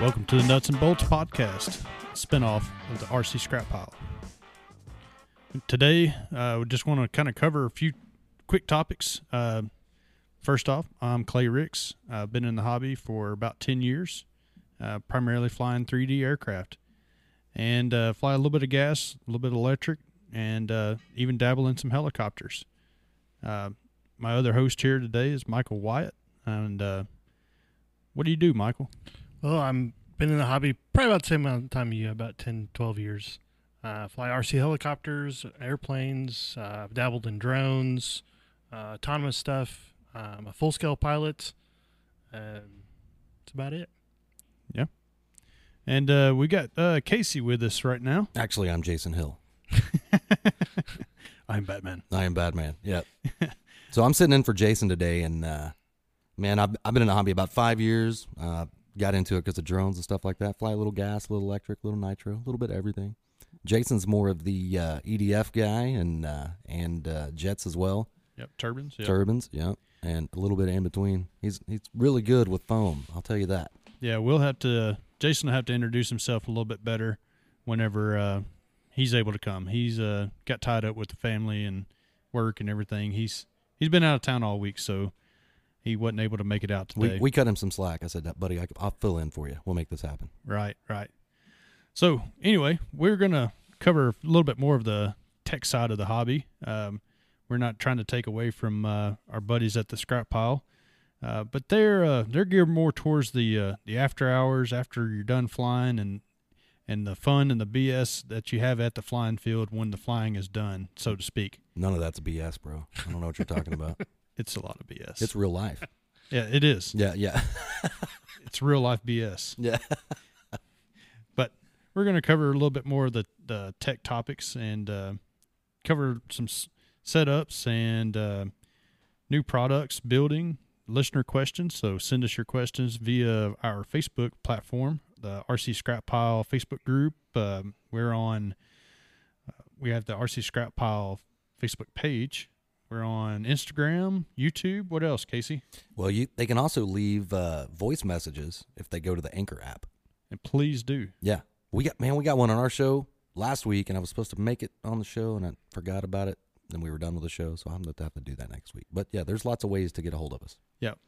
Welcome to the Nuts and Bolts Podcast, a spinoff of the RC Scrap Pile. Today, uh, we just want to kind of cover a few quick topics. Uh, first off, I'm Clay Ricks. I've been in the hobby for about 10 years, uh, primarily flying 3D aircraft and uh, fly a little bit of gas, a little bit of electric, and uh, even dabble in some helicopters. Uh, my other host here today is Michael Wyatt. And uh, what do you do, Michael? Well, I'm been in the hobby probably about the same amount of time you, about 10, 12 years. Uh, fly RC helicopters, airplanes. Uh, I've dabbled in drones, uh, autonomous stuff. I'm a full scale pilot. Um, that's about it. And uh, we got uh, Casey with us right now. Actually, I'm Jason Hill. I'm Batman. I am Batman. Yeah. so I'm sitting in for Jason today, and uh, man, I've, I've been in the hobby about five years. Uh, got into it because of drones and stuff like that. Fly a little gas, a little electric, a little nitro, a little bit of everything. Jason's more of the uh, EDF guy and uh, and uh, jets as well, Yep, turbines. Yep. turbines, yeah, and a little bit in between. He's he's really good with foam. I'll tell you that. Yeah, we'll have to. Jason will have to introduce himself a little bit better whenever uh, he's able to come. He's uh, got tied up with the family and work and everything. He's he's been out of town all week, so he wasn't able to make it out today. We, we cut him some slack. I said, buddy, I, I'll fill in for you. We'll make this happen. Right, right. So anyway, we're gonna cover a little bit more of the tech side of the hobby. Um, we're not trying to take away from uh, our buddies at the scrap pile, uh, but they're uh, they're geared more towards the uh, the after hours after you're done flying and and the fun and the BS that you have at the flying field when the flying is done, so to speak. None of that's BS, bro. I don't know what you're talking about. It's a lot of BS. It's real life. yeah, it is. Yeah, yeah, It's real life BS. yeah. but we're going to cover a little bit more of the, the tech topics and uh, cover some s- setups and uh, new products, building, listener questions. So send us your questions via our Facebook platform, the RC Scrap Pile Facebook group. Um, we're on, uh, we have the RC Scrap Pile Facebook page. We're on Instagram, YouTube. What else, Casey? Well, you they can also leave uh, voice messages if they go to the Anchor app. And please do. Yeah, we got man, we got one on our show last week, and I was supposed to make it on the show, and I forgot about it. Then we were done with the show, so I'm going to have to do that next week. But yeah, there's lots of ways to get a hold of us. Yep.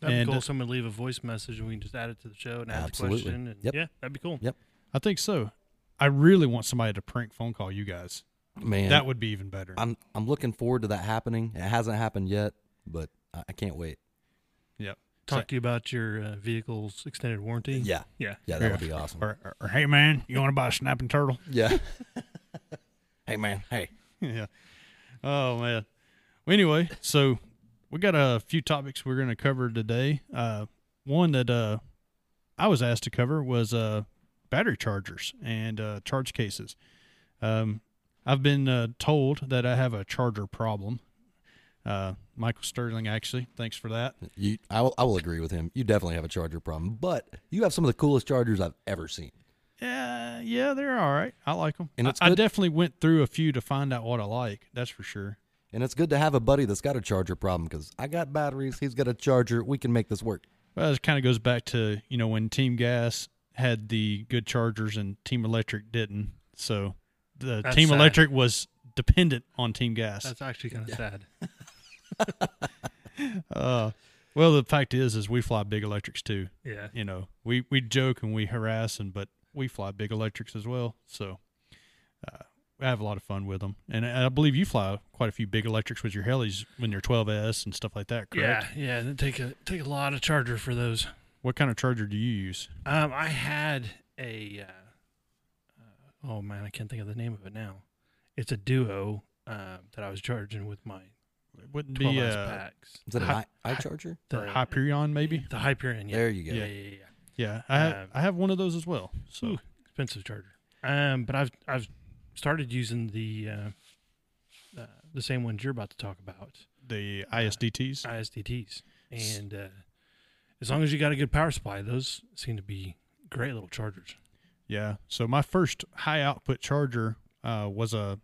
That'd And, be cool. uh, if Someone leave a voice message and we can just add it to the show and add Absolutely. the question. And Yep. Yeah, that'd be cool. Yep. I think so. I really want somebody to prank phone call you guys. Man, That would be even better. I'm I'm looking forward to that happening. It hasn't happened yet, but I, I can't wait. yep. Talk to you about your uh, vehicle's extended warranty. Yeah, Yeah. yeah, that would be awesome. Or, or, or, hey man, you want to buy a snapping turtle? Yeah. hey man, hey. yeah. Oh man. Well, anyway, so we got a few topics we're going to cover today. Uh, one that uh, I was asked to cover was uh, battery chargers and uh, charge cases. Um, I've been uh, told that I have a charger problem. Uh, Michael Sterling, actually, thanks for that. You, I will, I will agree with him. You definitely have a charger problem, but you have some of the coolest chargers I've ever seen. Yeah, yeah, they're all right. I like them. And it's I, I good- definitely went through a few to find out what I like. That's for sure. And it's good to have a buddy that's got a charger problem because I got batteries, he's got a charger. We can make this work. Well, it kind of goes back to you know when Team Gas had the good chargers and Team Electric didn't. So the That's Team sad. Electric was dependent on Team Gas. That's actually kind of sad. Uh, well, the fact is, is we fly big electrics too. Yeah. You know, we we joke and we harass and but we fly big electrics as well. So. Uh, I have a lot of fun with them, and I I believe you fly quite a few big electrics with your helis when you're 12s and stuff like that. Correct? Yeah. Yeah. It'd take a take a lot of charger for those. What kind of charger do you use? Um, I had a. Uh, uh, oh man, I can't think of the name of it now. It's a duo um, that I was charging with my It wouldn't twelve be ounce uh, packs. Is that an Hi- eye, eye charger? the Hyperion, maybe. the Hyperion. Yeah. There you go. yeah, yeah, yeah, yeah. Yeah, I have, Um, I have one of those as well. So Ooh. Expensive charger. Um, but I've I've started using the uh, uh, the same ones you're about to talk about, the ISDTs. ISDTs, and uh, as long as you got a good power supply, those seem to be great little chargers. yeah. So my first high output charger uh, was a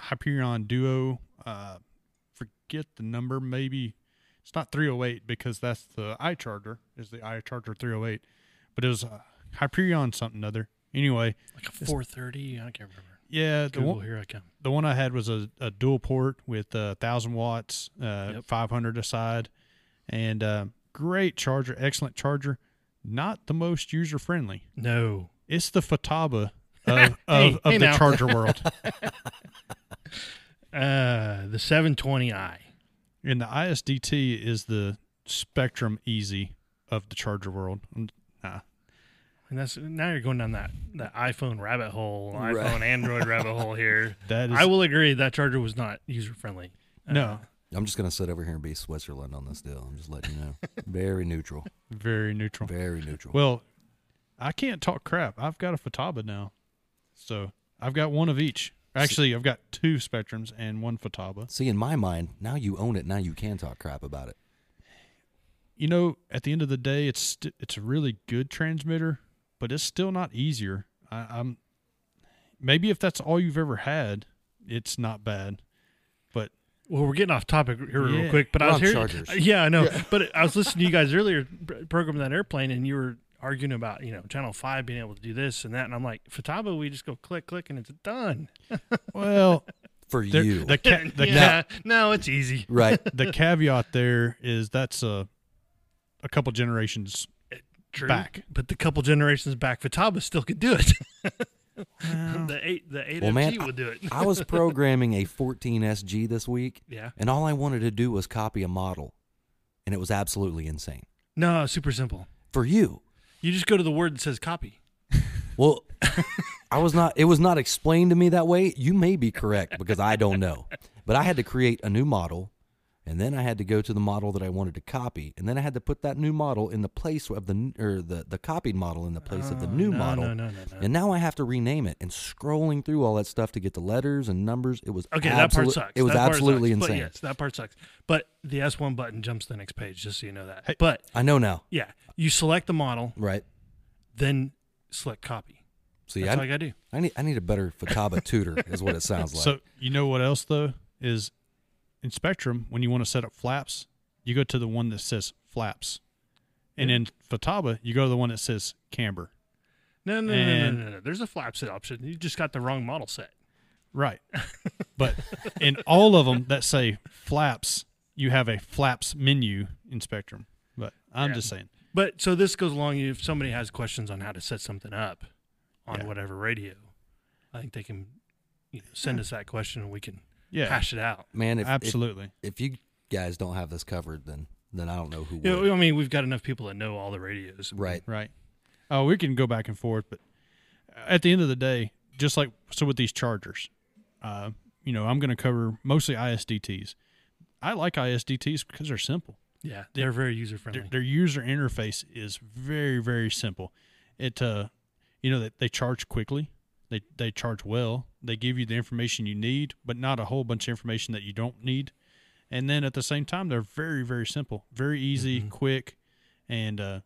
Hyperion Duo. Uh, for, forget the number. Maybe it's not 308 because that's the iCharger is the iCharger 308, but it was uh, Hyperion something other. Anyway, Like a 430. I can't remember. yeah, the Google, one, here I come. the one I had was a, a dual port with uh, 1,000 watts, uh, Yep. 500 aside, and uh, great charger, excellent charger. Not the most user friendly. No. It's the Fataba of, Hey, of, of hey the now. charger world. Uh, the 720i. And the ISDT is the Spectrum Easy of the charger world. Mm, Nah. And that's now you're going down that, that iPhone rabbit hole, Right. iPhone Android rabbit hole here. That is I will agree that charger was not Uh, user friendly. no I'm just gonna sit over here and be Switzerland on this deal. I'm just letting you know. Very neutral. very neutral. Very neutral. Well, I can't talk crap. I've got a Fataba now, so I've got one of each. Actually, I've got two Spectrums and one Fataba. See, in my mind, now you own it. Now you can talk crap about it. You know, at the end of the day, it's st- it's a really good transmitter, but it's still not easier. I, I'm maybe if that's all you've ever had, it's not bad. But Well, we're getting off topic here Yeah. real quick, but We're I was on here. chargers. Yeah, I know. But I was listening to you guys earlier pr- program that airplane, and you were arguing about you know Channel Five being able to do this and that, and I'm like, Fataba, we just go click click and it's done. well, For there- you, the ca- the ca- yeah, no, it's easy. right? the caveat there is that's a a couple generations. True. Back. but the couple generations back, Fataba still could do it. the eight, the eight Well, man, FG would do it. I was programming a 14SG this week, yeah, and all I wanted to do was copy a model, and it was absolutely insane. no, super simple. For you, You just go to the word that says copy. well, I was not. It was not explained to me that way. You may be correct because I don't know, but I had to create a new model, and then I had to go to the model that I wanted to copy, and then I had to put that new model in the place of the n- or the the copied model in the place of the Oh, new no, model. No, no, no, no. And now I have to rename it and scrolling through all that stuff to get the letters and numbers. It was Okay, absolute- that part sucks. It was That part absolutely sucks. insane. But yes, that part sucks. But the S1 button jumps to the next page, just so you know that. Hey. But I know now, yeah, you select the model, right? then select copy. See, That's all I, you gotta do. I need I need a better Fataba tutor is what it sounds like. So you know what else though is in Spectrum when you want to set up flaps, you go to the one that says flaps, and in Fataba you go to the one that says camber. No, no, no, And- no, no, no. There's a flap set option. You just got the wrong model set. Right, but in all of them that say flaps, you have a flaps menu in Spectrum. But I'm Yeah. just saying, But so this goes along. If somebody has questions on how to set something up on Yeah. whatever radio, I think they can you know, send us that question and we can yeah, hash it out. Man, if, if absolutely. if you guys don't have this covered, then then I don't know who You will. know, I mean, we've got enough people that know all the radios. right. Right. Oh, we can go back and forth, but at the end of the day, just like so with these chargers, uh, you know, I'm going to cover mostly ISDTs. I like ISDTs because they're simple. Yeah, they're very user Their, friendly. their user interface is very, very simple. It, uh, you know, they, they charge quickly. They they charge well. They give you the information you need, but not a whole bunch of information that you don't need. And then at the same time, they're very, very simple, very easy, Mm-hmm. quick, and uh,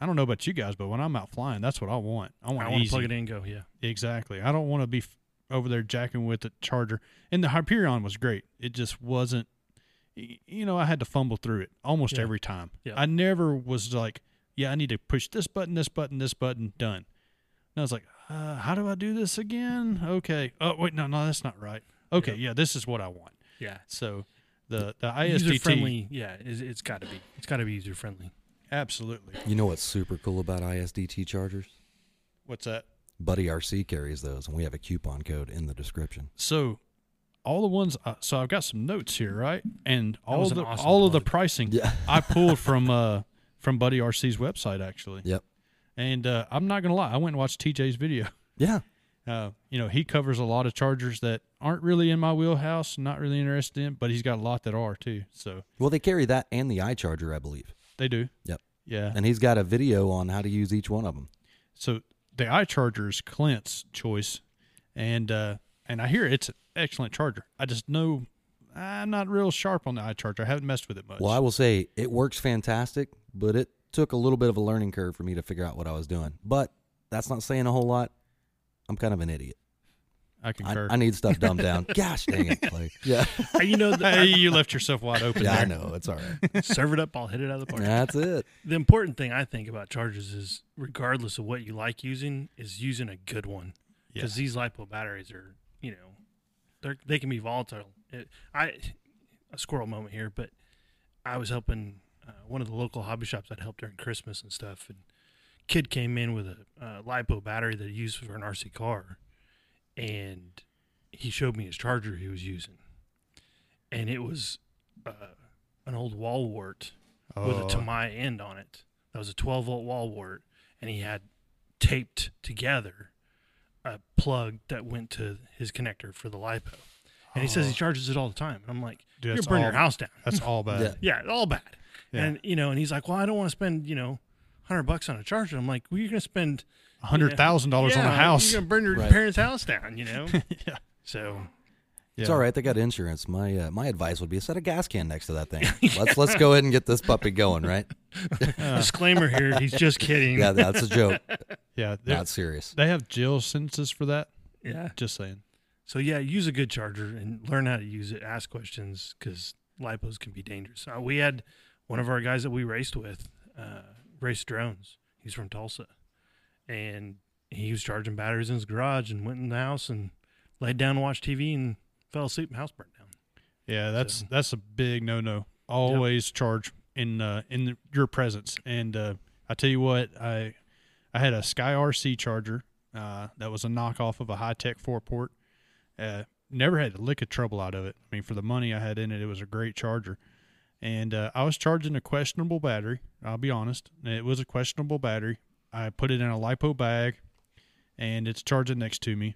I don't know about you guys, but when I'm out flying, that's what I want. I want I want easy. to plug it in and go. Yeah. Exactly. I don't want to be f- over there jacking with the charger. And the Hyperion was great. It just wasn't. y- You know, I had to fumble through it almost Yeah. every time. Yeah. I never was like, "Yeah, I need to push this button, this button, this button." Done. And I was like, uh, "How do I do this again?" Okay. Oh wait, no, no, that's not right. Okay, yeah, this is what I want. Yeah. So the the user ISDT, friendly. Yeah, it's, it's got to be. It's got to be user friendly. absolutely. You know what's super cool about ISDT chargers? What's that? Buddy RC carries those, and we have a coupon code in the description. So all the ones uh, so I've got some notes here, right? And all was an the awesome all of the plug. pricing Yeah. I pulled from uh from Buddy RC's website actually. Yep. And uh, I'm not going to lie, I went and watched TJ's video. Yeah. Uh, you know, he covers a lot of chargers that aren't really in my wheelhouse, not really interested in, but he's got a lot that are too. So Well, they carry that and the eye charger, I believe. they do. Yep. Yeah. And he's got a video on how to use each one of them. So the eye charger is Clint's choice, and uh, and I hear it's an excellent charger. I just know I'm not real sharp on the eye charger. I haven't messed with it much. Well, I will say it works fantastic, but it took a little bit of a learning curve for me to figure out what I was doing. But that's not saying a whole lot. I'm kind of an idiot. I I, concur. I need stuff dumbed down. Gosh dang it, Clay. Yeah, Hey, you know, Hey, the, you left yourself wide open yeah, there. I know it's all right. I serve it up. I'll hit it out of the park. That's it. The important thing I think about chargers is, regardless of what you like using, is using a good one Yeah. because these lipo batteries are, you know, they are they can be volatile. It, I a squirrel moment here, but I was helping uh, one of the local hobby shops I'd helped during Christmas and stuff, and kid came in with a uh, lipo battery that he used for an RC car, and he showed me his charger he was using, and it was uh, an old wall wart with a Oh, Tamai end on it. That was a 12 volt wall wart, and he had taped together a plug that went to his connector for the lipo. And he says he Oh. charges it all the time. And I'm like, Dude, you're that's burning your all- house down. That's all bad. Yeah. Yeah, all bad. Yeah. And you know, and he's like, well, I don't want to spend you know, hundred bucks on a charger. I'm like, well, you're gonna spend A hundred thousand dollars on Yeah, a house. You're gonna burn your Right. parents' house down. You know. Yeah. So It's Yeah. all right. They got insurance. My uh, my advice would be set a gas can next to that thing. Let's let's go ahead and get this puppy going. Right? Uh. disclaimer here, he's just kidding. Yeah, that's a joke. Yeah, they're- Not serious. they have jail sentences for that. yeah. Just saying. So yeah, use a good charger and learn how to use it. Ask questions because lipos can be dangerous. Uh, we had one of our guys that we raced with uh, race drones. He's from Tulsa, and he was charging batteries in his garage and went in the house and laid down and watched TV and fell asleep and house burnt down. Yeah, that's So- that's a big no no. Always charge in uh, in the, your presence. And uh, I tell you what, I I had a Sky RC charger uh, that was a knockoff of a high tech four port. Uh, never had a lick of trouble out of it. I mean, for the money I had in it, it was a great charger. And uh, I was charging a questionable battery. I'll be honest, it was a questionable battery. I put it in a lipo bag, and it's charging next to me.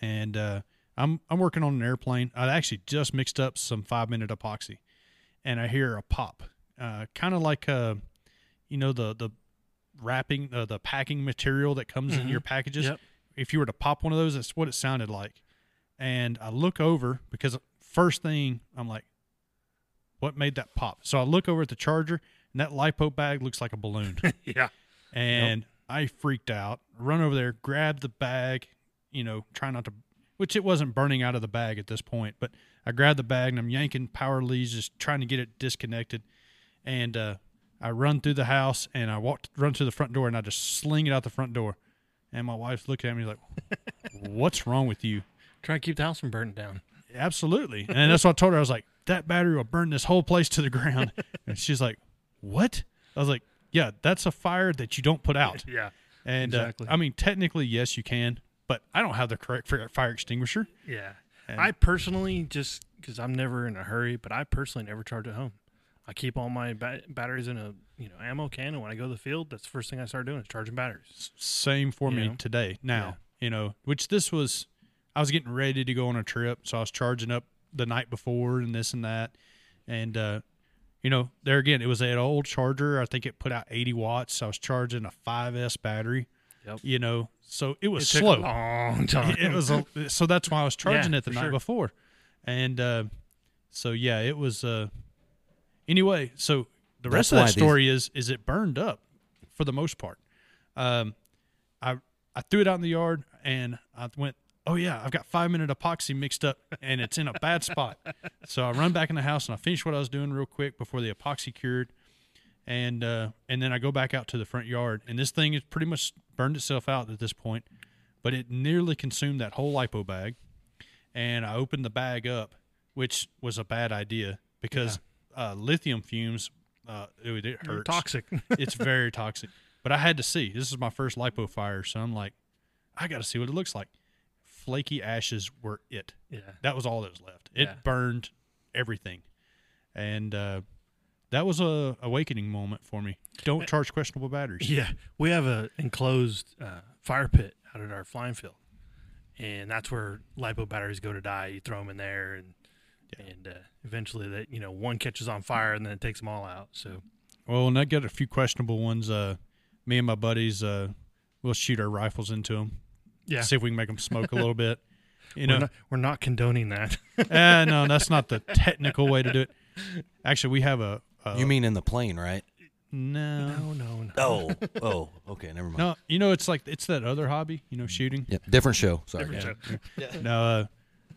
And uh, I'm I'm working on an airplane. I actually just mixed up some five minute epoxy, and I hear a pop, uh, kind of like uh, you know the the wrapping uh, the packing material that comes in Mhm. your packages. Yep. If you were to pop one of those, that's what it sounded like. And I look over because first thing I'm like, what made that pop? So I look over at the charger, and that lipo bag looks like a balloon yeah. and I freaked out. Run over there, grabbed the bag, you know, try not to, which it wasn't burning out of the bag at this point, but I grabbed the bag and I'm yanking power leads, just trying to get it disconnected. And uh, I run through the house and I walked, run to the front door and I just sling it out the front door. And my wife's looking at me like, what's wrong with you? Try to keep the house from burning down. Absolutely. And that's what I told her. I was like, that battery will burn this whole place to the ground. And she's like, what? I was like, yeah, that's a fire that you don't put out. Yeah. And Exactly. uh, I mean, technically, yes, you can, but I don't have the correct fire fire extinguisher. Yeah. And- I personally just because I'm never in a hurry, but I personally never charge at home. I keep all my ba- batteries in a you know ammo can, and when I go to the field, that's the first thing I start doing is charging batteries. S- Same for me Yeah. today. Now, you know, which this was, I was getting ready to go on a trip, so I was charging up the night before and this and that, and uh, you know, there again, it was an old charger. I think it put out 80 watts. I was charging a 5S battery. Yep. You know, so it was took slow. a long time. it was a, so that's why I was charging Yeah, it the for night sure. before, and uh, so yeah, it was. Uh, anyway, so the rest That's of why that these- story is is it burned up, for the most part. Um, I I threw it out in the yard and I went, oh yeah, I've got five minute epoxy mixed up and it's in a bad spot. So I run back in the house and I finish what I was doing real quick before the epoxy cured, and uh, and then I go back out to the front yard and this thing has pretty much burned itself out at this point, but it nearly consumed that whole lipo bag, and I opened the bag up, which was a bad idea because uh, lithium fumes. Uh, it, it They're hurts toxic. it's very toxic. But I had to see. This is my first lipo fire, so I'm like, I got to see what it looks like. Flaky ashes were it. yeah. That was all that was left. It Yeah. burned everything, and uh, that was a awakening moment for me. Eh. Don't charge questionable batteries. Yeah, we have a enclosed uh, fire pit out at our flying field, and that's where lipo batteries go to die. You throw them in there, and and uh, eventually that you know one catches on fire, and then it takes them all out. So Well, and I got a few questionable ones. Uh, me and my buddies, uh, we'll shoot our rifles into them. yeah, See if we can make them smoke a little bit. You we're, know, not, we're not condoning that. Eh, no, that's not the technical way to do it. Actually, we have a. a You mean in the plane, right? No. No, no, no. Oh, oh, okay, never mind. No, you know it's like it's that other hobby, you know, shooting. Yeah, different show. Sorry. Different guys. show. No, uh,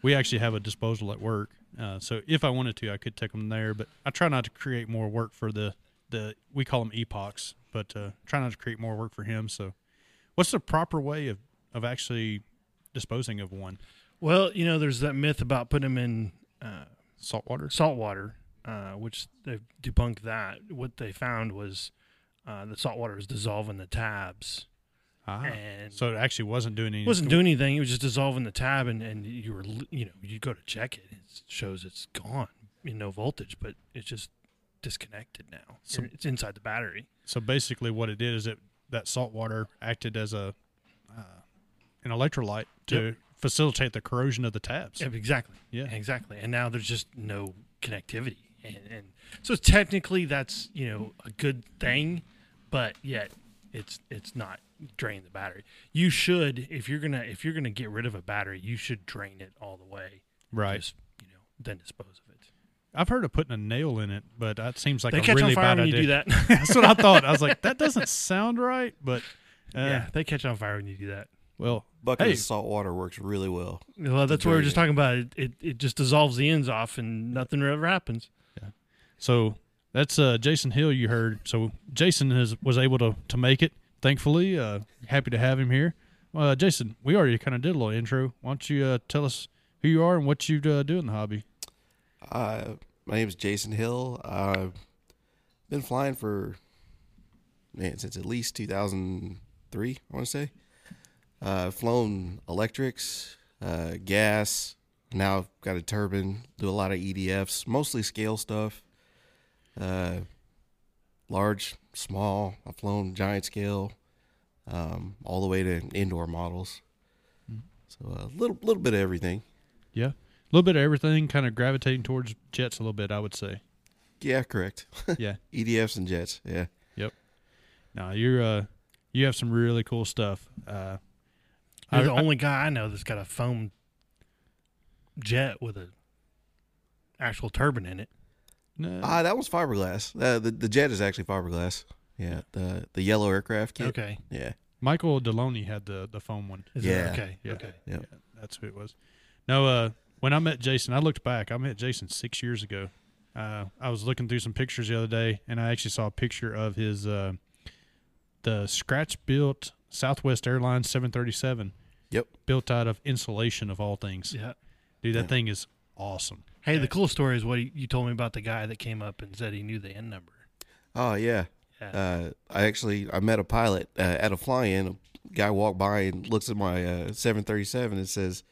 we actually have a disposal at work, uh, so if I wanted to, I could take them there. But I try not to create more work for the the we call them epochs, but uh, try not to create more work for him. So, what's the proper way of of actually disposing of one Well, you know, there's that myth about putting them in uh, saltwater? salt water, uh, which they've debunked that. What they found was uh, the salt water is dissolving the tabs. Ah, and so it actually wasn't doing anything. It wasn't doing anything. It was just dissolving the tab, and, and you were l- you know you go to check it, it shows it's gone in no voltage, but it's just disconnected now. So- it's inside the battery. So basically, what it did is it that salt water acted as a uh, an electrolyte to facilitate the corrosion of the tabs. Yeah, exactly. Yeah. exactly. And now there's just no connectivity, and, and so technically that's you know a good thing, but yet it's it's not draining the battery. You should if you're gonna if you're gonna get rid of a battery, you should drain it all the way. Right. Just you know then dispose of it. I've heard of putting a nail in it, but that seems like they a catch really on fire bad when idea. you do that. That's what I thought. I was like, that doesn't sound right, but uh, yeah, they catch on fire when you do that. well, Bucket Hey. of salt water works really well. Well, that's what we were just dirty. talking about. It, it it just dissolves the ends off, and nothing ever happens. so that's uh, Jason Hill you heard. So Jason has was able to to make it. Thankfully, uh, happy to have him here. Uh, Jason, we already kind of did a little intro. Why don't you uh, tell us who you are and what you uh, do in the hobby? Uh, my name is Jason Hill. I've been flying for man since at least 2003. I want to say. Uh, I've flown electrics, uh, gas. Now I've got a turbine. Do a lot of EDFs, mostly scale stuff. Uh, large, small. I've flown giant scale, um, all the way to indoor models. So a little, little bit of everything. Yeah, a little bit of everything, kind of gravitating towards jets a little bit. I would say. Yeah, correct. Yeah. EDFs and jets. Yeah. No, you're uh, you have some really cool stuff. Uh, You're I- the I- only guy I know that's got a foam jet with a actual turbine in it. Uh, no, Ah, that was fiberglass. Uh, the the jet is actually fiberglass. Yeah, the the yellow aircraft kit. Okay, Yeah, Michael Deloney had the the foam one. Is it- Yeah. okay, Yeah. okay. Yep. Yeah, that's who it was. No, uh, when I met Jason, I looked back. I met Jason six years ago. Uh, I was looking through some pictures the other day, and I actually saw a picture of his uh, the scratch built Southwest Airlines 737. Yep. Built out of insulation of all things. Yeah. Dude, that Yeah. thing is awesome. Hey, the cool story is what you you told me about the guy that came up and said he knew the end number. Oh yeah. Yeah. Uh, I actually I met a pilot uh, at a fly-in. A guy walked by and looks at my uh, 737 and says,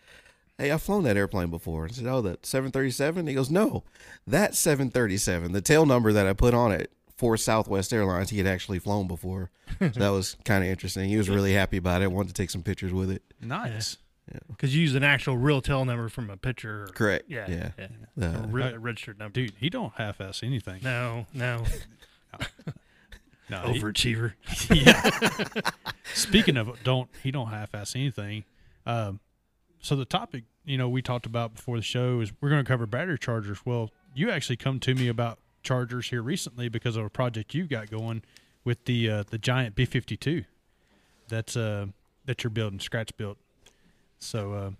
"Hey, I've flown that airplane before." I said, "Oh, that 737?" He goes, "No, that 737. The tail number that I put on it for Southwest Airlines. He had actually flown before. so that was kind of interesting. He was really happy about it. Wanted to take some pictures with it. Nice. Because you use an actual real tail number from a picture. or- Correct. Yeah. Yeah. yeah. Uh, A re- a registered number. Dude, he don't half ass anything. No, Oh, no. No, he- Overachiever. yeah. Speaking of don't he don't half ass anything. Um, so the topic you know we talked about before the show is we're going to cover battery chargers. Well, you actually come to me about chargers here recently because of a project you've got going with the uh, the giant B fifty two. That's uh that you're building scratch built. So uh,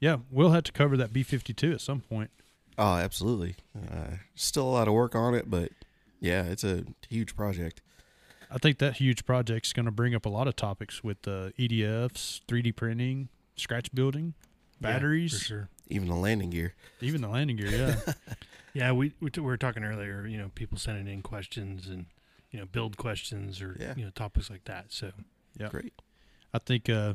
yeah, we'll have to cover that B fifty two at some point. Oh, absolutely. Uh, still a lot of work on it, but yeah, it's a huge project. I think that huge project's going to bring up a lot of topics with uh, EDFs, 3D printing, scratch building, batteries, For sure. Even the landing gear. even the landing gear. Yeah, Yeah, we we, t- we were talking earlier. You know, people sending in questions and you know build questions or Yeah. you know topics like that. So Yeah. Great. I think uh,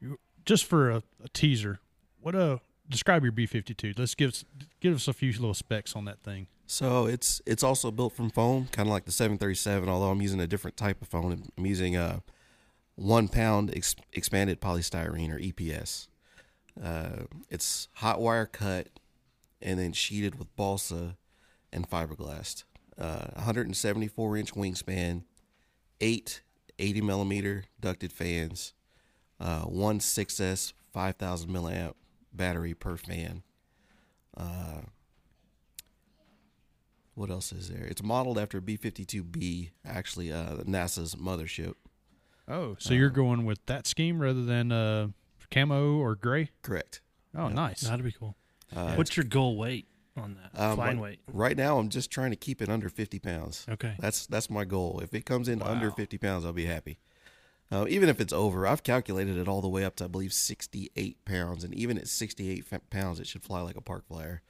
you- just for a, a teaser, what uh, describe your B fifty two. Let's give us give us a few little specs on that thing. So it's it's also built from foam, kind of like the 737. Although I'm using a different type of foam. I'm- I'm using a one pound ex- expanded polystyrene or EPS. Uh, it's hot wire cut and then sheeted with balsa and fiberglass. Uh, 174 inch wingspan, eight 80 millimeter ducted fans, uh, one 6S 5000 milliamp battery per fan. What else is there? It's modeled after B 52B, actually, uh, NASA's mothership. Oh, so you're going with that scheme rather than uh, camo or gray? Correct. Oh, nice. That'd be cool. Uh, What's your goal weight on that? um, Flying but weight. Right now, I'm just trying to keep it under 50 pounds. Okay. That's that's my goal. If it comes in under Wow. 50 pounds, I'll be happy. Uh, even if it's over, I've calculated it all the way up to I believe 68 pounds, and even at 68 fa- pounds, it should fly like a park flyer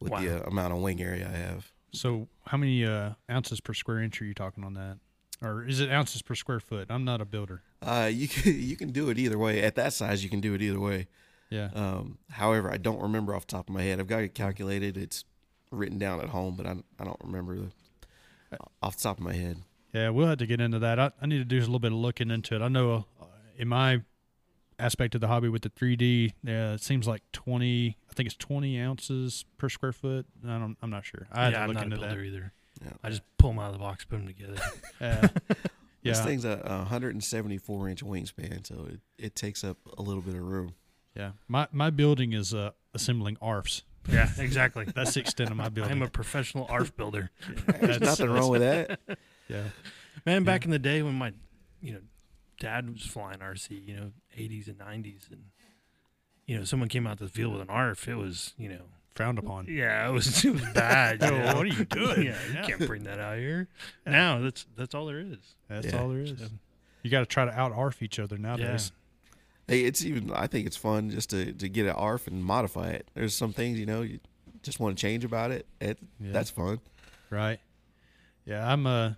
with the uh, amount of wing area I have. So, how many uh, ounces per square inch are you talking on that? Or is it ounces per square foot? I'm not a builder. Uh, you can, you can do it either way. At that size, you can do it either way. Yeah. Um, however, I don't remember off the top of my head. I've got it calculated. It's written down at home, but I, I don't remember the, off the top of my head. Yeah, we'll have to get into that. I, I need to do a little bit of looking into it. I know uh, in my aspect of the hobby with the 3D, uh, it seems like 20, I think it's 20 ounces per square foot. I don't, I'm not sure. I had yeah, to I'm look not a into builder that. either. Yeah. I just pull them out of the box, put them together. Uh, This yeah. thing's a a 174 inch wingspan, so it, it takes up a little bit of room. Yeah. My, my building is uh, assembling ARFs. yeah, exactly. That's the extent of my building. I'm a professional ARF builder. There's That's- nothing wrong with that. yeah. Man, back in the day when my, you know, dad was flying RC, you know, 80s and 90s, and you know, someone came out to the field with an ARF, it was, you know, Frowned upon. yeah, it was, it was bad. you Oh, know? what are you doing? Yeah, you can't bring that out here. Now that's that's all there is. That's Yeah. all there is. You got to try to out ARF each other nowadays. Hey, it's even. I think it's fun just to, to get an ARF and modify it. There's some things you know you just want to change about it. it Yeah. That's fun. Right. Yeah. I'm, uh,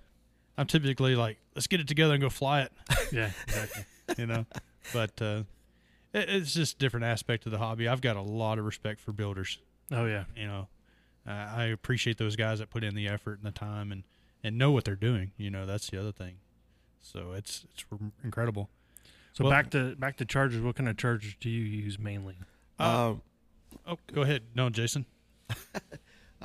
I'm typically like, let's get it together and go fly it. Yeah, exactly. you know but uh it, it's just a different aspect of the hobby i've got a lot of respect for builders oh yeah, you know uh, i appreciate those guys that put in the effort and the time and and know what they're doing you know that's the other thing so it's it's r- incredible So Well- back to back to chargers. What kind of chargers do you use mainly? Uh, um, oh go ahead no jason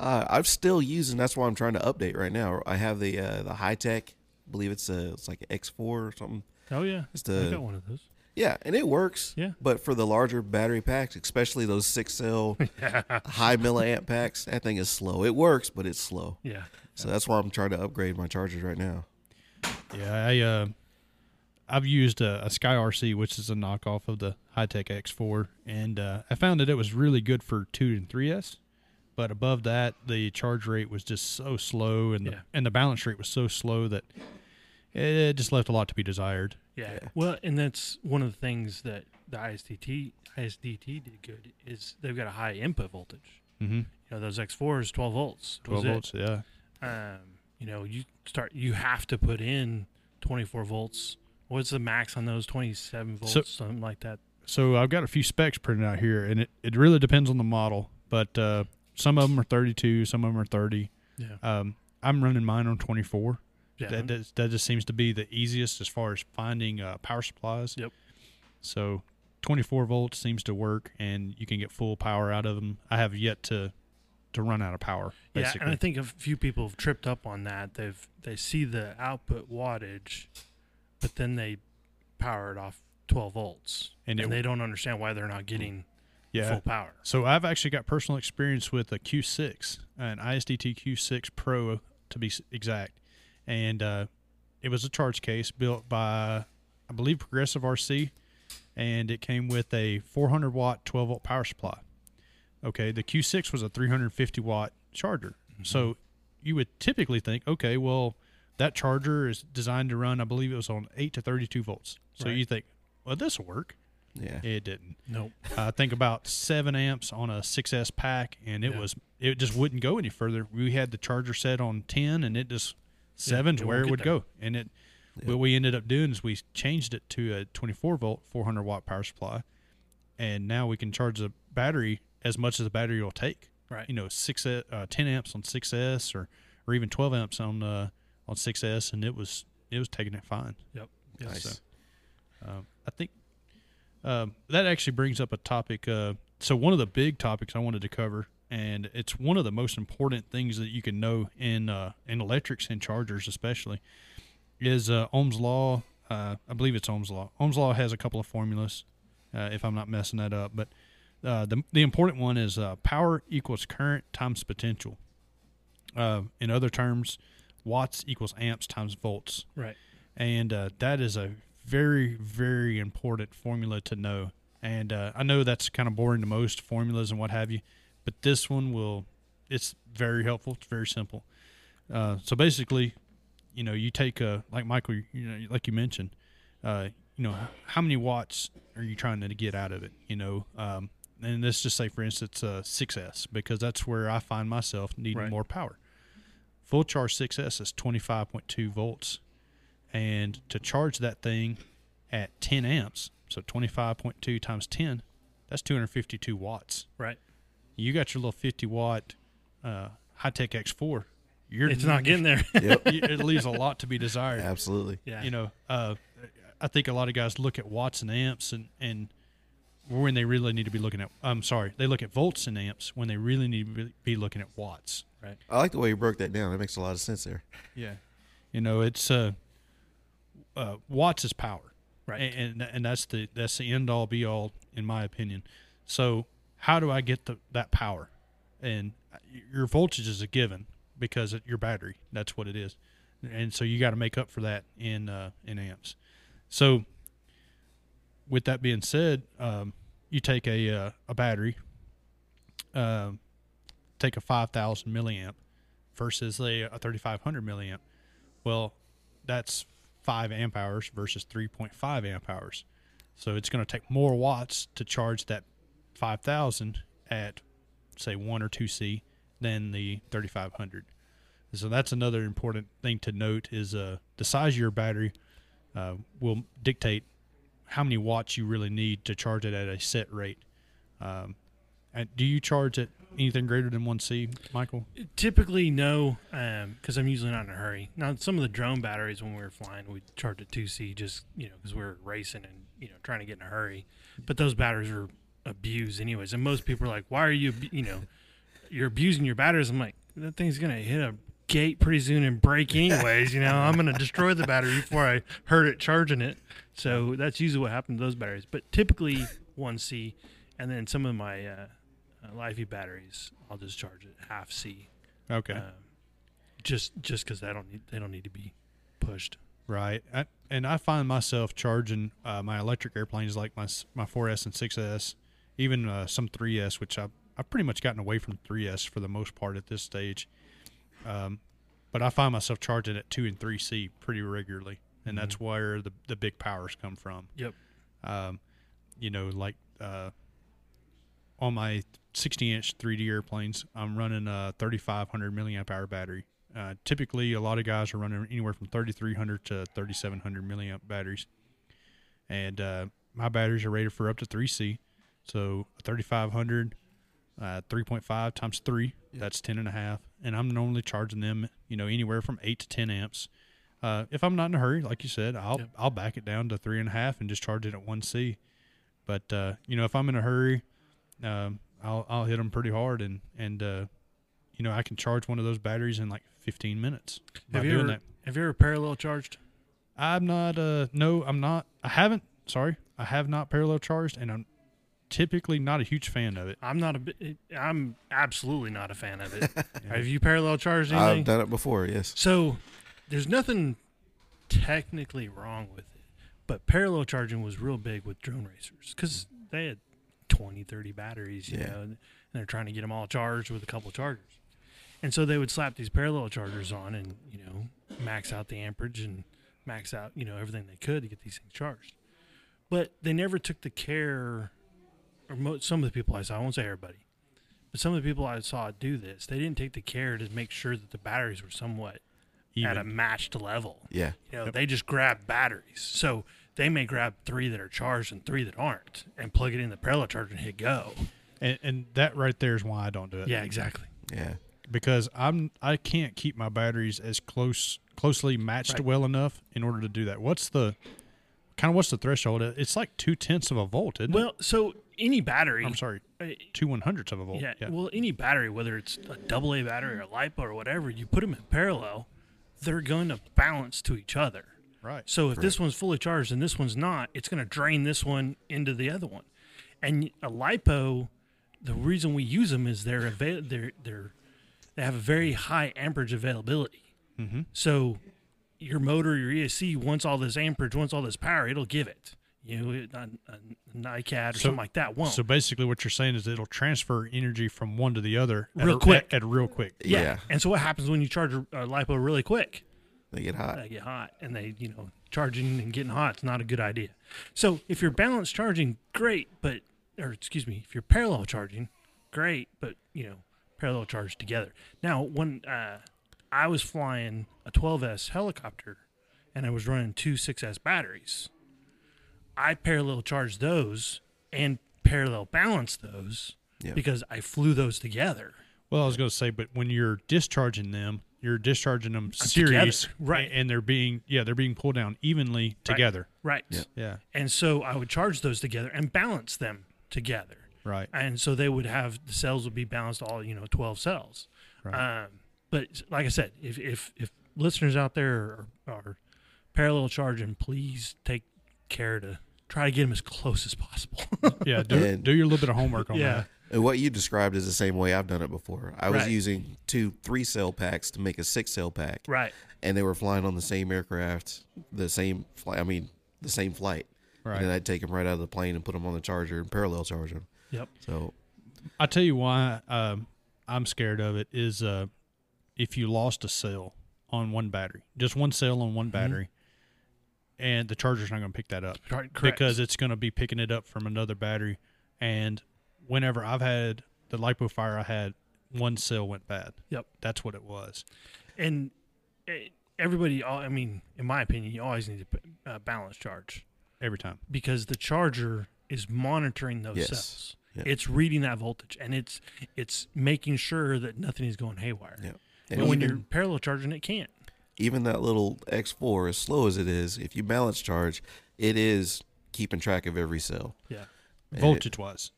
Uh, I'm still using. That's why I'm trying to update right now. I have the uh, the high tech. I believe it's a it's like an X4 or something. Oh yeah, It's I the- got one of those. Yeah, and it works. Yeah. But for the larger battery packs, especially those six cell high milliamp packs, that thing is slow. It works, but it's slow. Yeah, So that's why I'm trying to upgrade my chargers right now. yeah i uh I've used a, a Sky RC, which is a knockoff of the Hightech X4, and uh, I found that it was really good for two and 3S, but above that, the charge rate was just so slow, and the, Yeah. and the balance rate was so slow that it just left a lot to be desired. yeah, Well, and that's one of the things that the ISDT ISDT did good is they've got a high input voltage. Mm-hmm. You know, those X4s, 12 volts. was Twelve it. volts, yeah, Um, you know, you start you have to put in 24 volts. What's the max on those? 27 volts, So- something like that. So I've got a few specs printed out here, and it, it really depends on the model, but uh, some of them are 32, some of them are 30. Yeah, Um, I'm running mine on 24. yeah. That, that that just seems to be the easiest as far as finding uh, power supplies. Yep. So 24 volts seems to work, and you can get full power out of them. I have yet to to run out of power. Basically. Yeah, and I think a few people have tripped up on that. They've they see the output wattage, but then they power it off 12 volts, And and, it- they don't understand why they're not getting yeah. full power. So I've actually got personal experience with a Q6, an ISDT Q6 Pro to be s- exact, and uh, it was a charge case built by, I believe, Progressive RC, and it came with a 400 watt 12 volt power supply. Okay, the Q6 was a 350 watt charger, so you would typically think, okay, well, that charger is designed to run, I believe it was on 8 to 32 volts. So Right. you think, well, this will work. Yeah. It didn't. Nope. I think about seven amps on a 6S pack, and it Yeah. was it just wouldn't go any further. We had the charger set on ten, and it just seven it to where it won't would get go. And it what we ended up doing is we changed it to a 24 volt 400 watt power supply, and now we can charge the battery as much as the battery will take. Right. You know, six uh, uh, 10 amps on 6S or or even 12 amps on uh, on 6S, and it was it was taking it fine. Yep. Nice. so- Um, I think um, that actually brings up a topic. Uh, so one of the big topics I wanted to cover, and it's one of the most important things that you can know in uh, in electrics and chargers, especially, is uh, Ohm's law. Uh, I believe it's Ohm's law. Ohm's law has a couple of formulas, uh, if I'm not messing that up. But uh, the the important one is uh, power equals current times potential. Uh, in other terms, watts equals amps times volts. Right. And uh, that is a very, very important formula to know. And uh, I know that's kind of boring to most formulas and what have you, but this one will, it's very helpful. It's very simple. Uh, so basically, you know, you take a, like Michael, you know, like you mentioned, uh, you know, how many watts are you trying to get out of it? You know, um, and let's just say, for instance, uh, 6S, because that's where I find myself needing Right. more power. Full charge 6S is 25.2 volts. And to charge that thing at 10 amps, so 25.2 times 10, that's 252 watts. Right. You got your little 50 watt uh, high tech X4. You're It's not getting there. Yep. you- it leaves a lot to be desired. Absolutely. yeah. You know, uh, I think a lot of guys look at watts and amps and and when they really need to be looking at. I'm sorry, they look at volts and amps when they really need to be- be looking at watts. Right. I like the way you broke that down. It makes a lot of sense there. Yeah, you know, it's uh, uh, watts is power, Right. And, and and that's the that's the end all be all in my opinion. So how do I get the that power? And uh, your voltage is a given because of your battery. That's what it is, and so you got to make up for that in uh, in amps. So with that being said, um, you take a uh, a battery, um, take a five thousand milliamp versus a, a thirty five hundred milliamp. Well, that's five amp hours versus three point five amp hours. So it's going to take more watts to charge that five thousand at say one or two C than the thirty five hundred. So that's another important thing to note is uh, the size of your battery uh, will dictate how many watts you really need to charge it at a set rate. Um, and do you charge at anything greater than one C, Michael? Typically, no, because I'm usually not in a hurry. Now, some of the drone batteries when we were flying, we charged at 2C just, you know, because we were racing and, you know, trying to get in a hurry. But those batteries are abused anyways. And most people are like, why are you, ab- you know, you're abusing your batteries? I'm like, that thing's going to hit a gate pretty soon and break anyways. You know, I'm going to destroy the battery before I hurt it charging it. So that's usually what happened to those batteries. But typically 1C and then some of my uh, uh, Lifeview batteries, I'll just charge it half C Okay, um, just just because they don't need they don't need to be pushed. right. I, and I find myself charging uh, my electric airplanes like my s- my 4S and 6S, even uh, some 3S, which I I've pretty much gotten away from 3S for the most part at this stage. Um, but I find myself charging at two and three C pretty regularly, and that's where the the big powers come from. Yep. um, you know, like uh, on my 60 inch 3D airplanes, I'm running a 3500 milliamp hour battery. Uh, typically, a lot of guys are running anywhere from 3300 to 3700 milliamp batteries, and uh, my batteries are rated for up to 3C. So a 3500, uh, 3.5 times three, that's 10 and a half, and I'm normally charging them, you know, anywhere from eight to 10 amps. Uh, if I'm not in a hurry, like you said, I'll Yep. I'll back it down to three and a half and just charge it at one C. But uh, you know, if I'm in a hurry, um, I'll I'll hit them pretty hard, and and uh, you know I can charge one of those batteries in like 15 minutes by Have you doing ever that. have you ever parallel charged? I'm not. Uh, no, I'm not. I haven't. Sorry, I have not parallel charged, and I'm typically not a huge fan of it. I'm not a bi- I'm absolutely not a fan of it. Have you parallel charged anything? I've done it before. Yes. So there's nothing technically wrong with it, but parallel charging was real big with drone racers because they had 20, 30 batteries, you Yeah. know, and they're trying to get them all charged with a couple chargers. And so they would slap these parallel chargers on and, you know, max out the amperage and max out, you know, everything they could to get these things charged. But they never took the care, or mo- some of the people I saw, I won't say everybody, but some of the people I saw do this, they didn't take the care to make sure that the batteries were somewhat Even. at a matched level. Yeah. You know, they just grab batteries. So they may grab three that are charged and three that aren't and plug it in the parallel charger and hit go. and, and that right there is why I don't do it. Yeah, exactly. Yeah. because I'm I can't keep my batteries as close closely matched Right. well enough in order to do that. What's the kind of what's the threshold? Uh, It's like two tenths of a volt, isn't Well, so any battery. it? I'm sorry, uh, two one hundredths of a volt. Yeah, Well, any battery, whether it's a double A battery or a LiPo or whatever, you put them in parallel, they're going to balance to each other. right. So if this one's fully charged and this one's not, it's going to drain this one into the other one. And a lipo, the reason we use them is they're avail- they're they're they have a very high amperage availability. Mm-hmm. So your motor, your ESC wants all this amperage, wants all this power, it'll give it. You know, it, an, an ICAD or something like that won't. So basically, what you're saying is it'll transfer energy from one to the other at Real a- quick. At, at real quick. yeah. yeah. And so what happens when you charge a, a lipo really quick? They get hot. They get hot, and they you know charging and getting hot is not a good idea. So if you're balanced charging, great, but or excuse me, if you're parallel charging, great, but you know parallel charge together. Now when uh, I was flying a 12s helicopter, and I was running two 6s batteries, I parallel charged those and parallel balanced those Yeah. because I flew those together. Well, I was going to say, but when you're discharging them, you're discharging them series, Uh, together, right. a- And they're being yeah, they're being pulled down evenly together. Right. Yeah, And so I would charge those together and balance them together. right. And so they would have the cells would be balanced all, you know, 12 cells. Um, but like I said, if, if, if listeners out there are, are parallel charging, please take care to try to get them as close as possible. Yeah, do, And- do your little bit of homework on yeah. that. And what you described is the same way I've done it before. I was Right. using two three cell packs to make a six cell pack. Right. And they were flying on the same aircraft, the same flight. I mean, the same flight. Right. And then I'd take them right out of the plane and put them on the charger and parallel charge them. Yep. So I tell you why um, I'm scared of it is uh, if you lost a cell on one battery, just one cell on Mm-hmm. one battery, and the charger's not going to pick that up Right, Correct. because it's going to be picking it up from another battery. And whenever I've had the lipo fire, I had one cell went bad. Yep. That's what it was. and eh, everybody, al- I mean, in my opinion, you always need to p- uh, balance charge. Every time. because the charger is monitoring those Yes. cells. Yeah. It's reading that voltage and it's it's making sure that nothing is going haywire. yeah. But And when even- you're parallel charging, it can't. even that little X4, as slow as it is, if you balance charge, it is keeping track of every cell. Yeah. it- Voltage wise.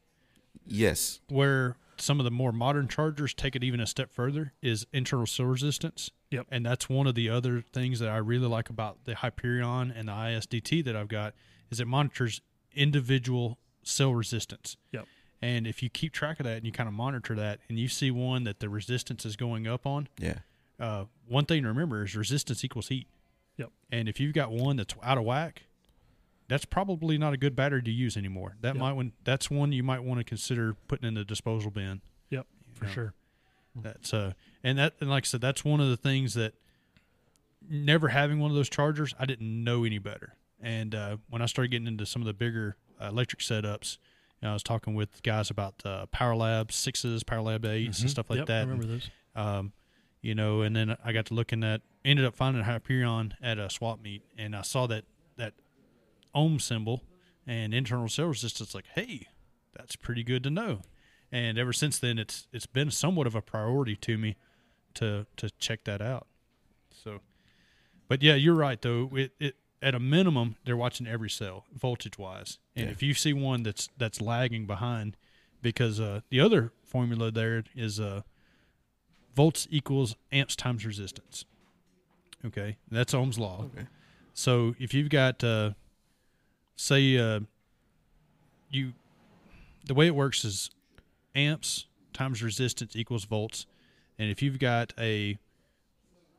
Yes. Where some of the more modern chargers take it even a step further is internal cell resistance. Yep. And that's one of the other things that I really like about the Hyperion and the ISDT that I've got is it monitors individual cell resistance. Yep. And if you keep track of that and you kind of monitor that and you see one that the resistance is going up on, Yeah. uh, one thing to remember is resistance equals heat. Yep. And if you've got one that's out of whack, that's probably not a good battery to use anymore. That Yep. might one that's one you might want to consider putting in the disposal bin. Yep. For Yeah. sure. Mm. That's uh and that and like I said, that's one of the things that never having one of those chargers, I didn't know any better. And uh, when I started getting into some of the bigger uh, electric setups, you know, I was talking with guys about uh, Power Lab sixes, Power Lab 8s and stuff like Mm-hmm. yep, that. I And- remember those. um, you know, and then I got to looking at, ended up finding a Hyperion at a swap meet, and I saw that that ohm symbol and internal cell resistance. Like, hey, that's pretty good to know. And ever since then, it's it's been somewhat of a priority to me to to check that out. So, but yeah, you're right though. It it at a minimum, they're watching every cell voltage wise, and Yeah. if you see one that's that's lagging behind, because uh, the other formula there is uh, volts equals amps times resistance. Okay, that's Ohm's law. Okay. So if you've got, uh, say, uh, you, the way it works is amps times resistance equals volts, and if you've got a,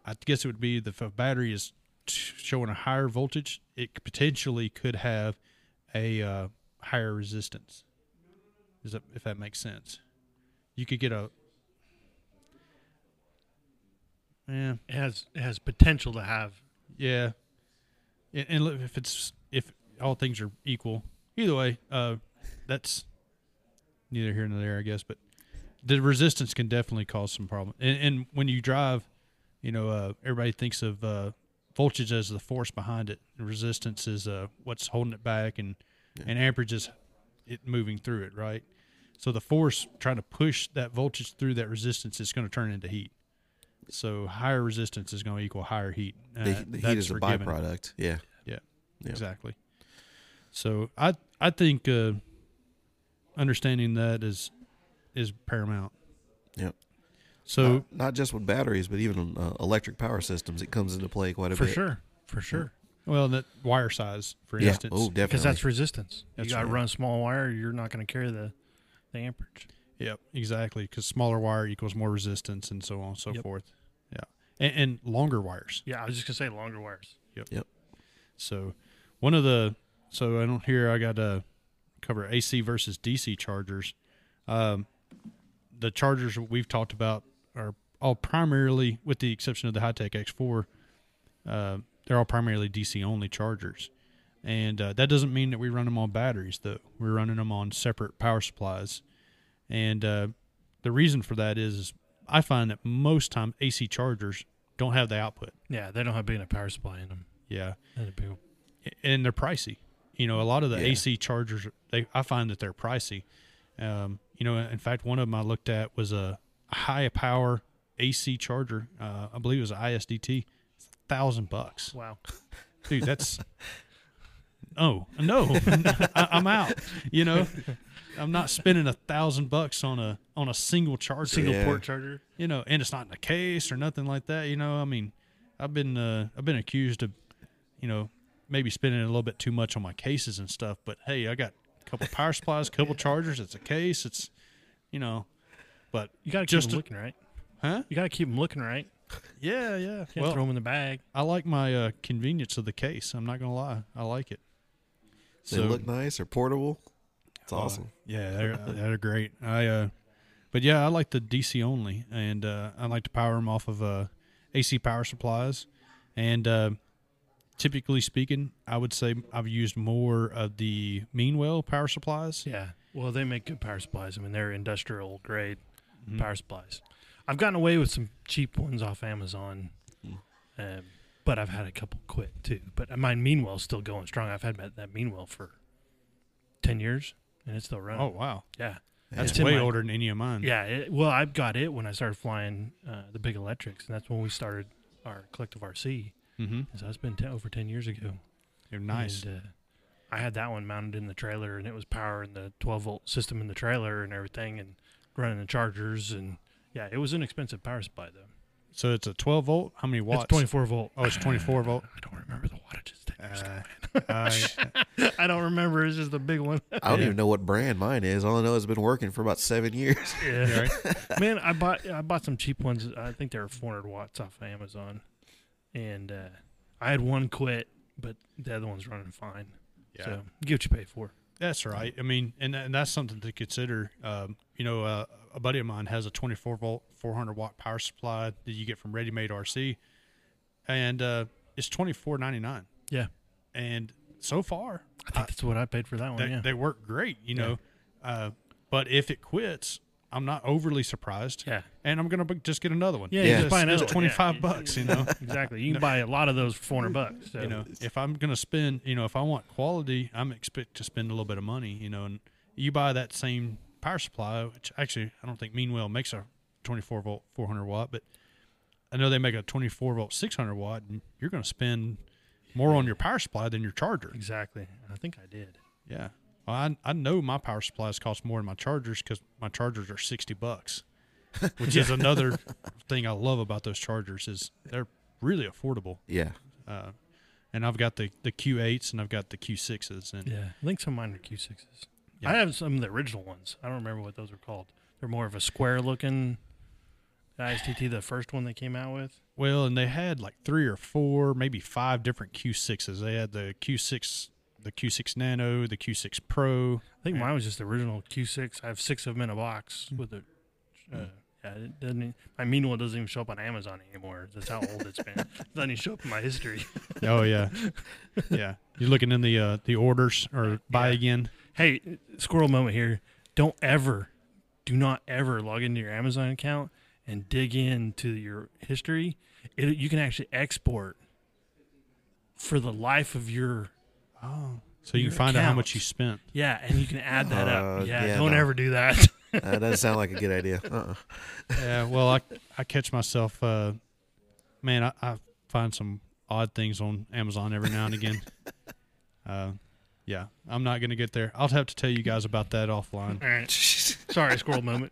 I guess it would be the if a battery is t- showing a higher voltage, it c- potentially could have a uh, higher resistance. Is that if that makes sense? You could get a. Yeah, It has it has potential to have eh, yeah, and, and look, if it's if all things are equal, either way, uh, that's neither here nor there, I guess. But the resistance can definitely cause some problem. And, and when you drive, you know, uh, everybody thinks of uh, voltage as the force behind it. And resistance is uh, what's holding it back, and and amperage is it moving through it, right? So the force trying to push that voltage through that resistance is going to turn into heat. So higher resistance is going to equal higher heat. Uh, The, the heat that's is a forgiven. byproduct. Yeah. Yeah, Yeah. exactly. So I I think uh, understanding that is is paramount. Yep. Uh, So not, not just with batteries, but even uh, electric power systems, it comes into play quite a for bit. sure. For sure. well, that wire size, for Yeah. instance, Oh, definitely. Because that's resistance. That's you gotta right. run a small wire, you're not gonna carry the the amperage. Yep, exactly. Because smaller wire equals more resistance, and so on and so Yep. forth. Yeah, and, and longer wires. Yeah, I was just gonna say longer wires. So one of the so I don't hear I got to cover AC versus DC chargers. Um, the chargers we've talked about are all primarily, with the exception of the high tech X4, uh, they're all primarily DC only chargers. And uh, that doesn't mean that we run them on batteries, though. We're running them on separate power supplies. And uh, the reason for that is, is I find that most time AC chargers don't have the output. Yeah, they don't have big enough power supply in them. Yeah That'd be- and they're pricey. You know, a lot of the Yeah. AC chargers, they I find that they're pricey. Um, you know, in fact, one of them I looked at was a high power AC charger. Uh, I believe it was an ISDT, thousand bucks, Wow. dude. That's oh no, I, I'm out. You know, I'm not spending a thousand bucks on a on a single charger Single Yeah. port charger. you know, and it's not in a case or nothing like that. You know, I mean, I've been uh, I've been accused of, you know, maybe spending a little bit too much on my cases and stuff. But hey, I got a couple power supplies, a couple chargers. It's a case. It's, you know, but You gotta keep Just them a- looking right. huh? You gotta keep them looking right. Yeah, yeah. Can't Well, throw them in the bag. I like my uh, convenience of the case. I'm not gonna lie, I like it. They look nice. They're portable. It's awesome. Yeah, they're, they're great. I, uh, but yeah, I like the DC only, and uh, I like to power them off of uh, AC power supplies. And uh, typically speaking, I would say I've used more of the Meanwell power supplies. Yeah. Well, they make good power supplies. I mean, they're industrial grade Mm-hmm. power supplies. I've gotten away with some cheap ones off Amazon, Mm. um, but I've had a couple quit too. But mine, Meanwell's still going strong. I've had that, that Meanwell for 10 years and it's still running. Oh wow, yeah. that's It's in way my- older than any of mine. Yeah. It, well, I got it when I started flying uh, the big electrics, and that's when we started our collective RC. mm-hmm. So that's been 10, over 10 years ago. they're nice. And, uh, I had that one mounted in the trailer, and it was powering the 12 volt system in the trailer and everything, and running the chargers. And yeah, it was an expensive power supply though. So it's a 12 volt. How many watts? It's 24 volt. Oh, it's 24 volt. I don't remember the wattages. That year's Uh, got. I- I don't remember. It's just the big one. I don't Uh, Yeah. even know what brand mine is. All I know is it's been working for about seven years. yeah. right. Man, I bought I bought some cheap ones. I think they were 400 watts off of Amazon, and uh, I had one quit, but the other one's running fine. Yeah. So get what you pay for. That's right. I mean, and, and that's something to consider. Um, you know, uh, a buddy of mine has a 24 volt, 400 watt power supply that you get from Ready Made RC, and uh, it's 24.99. Yeah. And so far, I think that's what I paid for that one. they, yeah. they work great. You know, uh, but if it quits, I'm not overly surprised. yeah. And I'm gonna b- just get another one. Yeah, you It's- just buy another it's one. Yeah. 25 bucks. You know, Exactly. You can buy a lot of those for 400 bucks. So. you know if i'm going to spend you know if i want quality i'm expect to spend a little bit of money you know and you buy that same power supply which actually i don't think meanwell makes a 24 volt 400 watt but i know they make a 24 volt 600 watt and you're going to spend more on your power supply than your charger Exactly. I think I did. yeah well, I, I know my power supplies cost more than my chargers because my chargers are 60 bucks which is another thing i love about those chargers is they're really affordable Yeah. uh, and I've got the, the Q8s and I've got the Q6s and Yeah. I think some of mine are Q6s. Yeah. I have some of the original ones. I don't remember what those are called. They're more of a square looking ISTT, the first one they came out with. well, and they had like three or four, maybe five different Q6s. They had the Q6, the Q6 Nano, the Q6 Pro. I think Yeah. Hmm. mine was just the original Q6. I have six of them in a box with a. Uh, yeah, it doesn't. e- My meanwhile doesn't even show up on Amazon anymore. That's how old it's been. It doesn't even show up in my history. Oh yeah, yeah. You're looking in the uh, the orders or buy Yeah. again. hey, squirrel moment here. Don't ever, do not ever log into your Amazon account and dig into your history. It, you can actually export for the life of your So you Your can find out how account. much you spent. yeah, and you can add that Uh, up. Yeah, yeah, don't no. ever do that. Uh, That doesn't sound like a good idea. Uh-uh. Yeah. Well, I I catch myself. Uh, man, I, I find some odd things on Amazon every now and again. uh, yeah, I'm not gonna get there. I'll have to tell you guys about that offline. All right. Sorry, squirrel moment.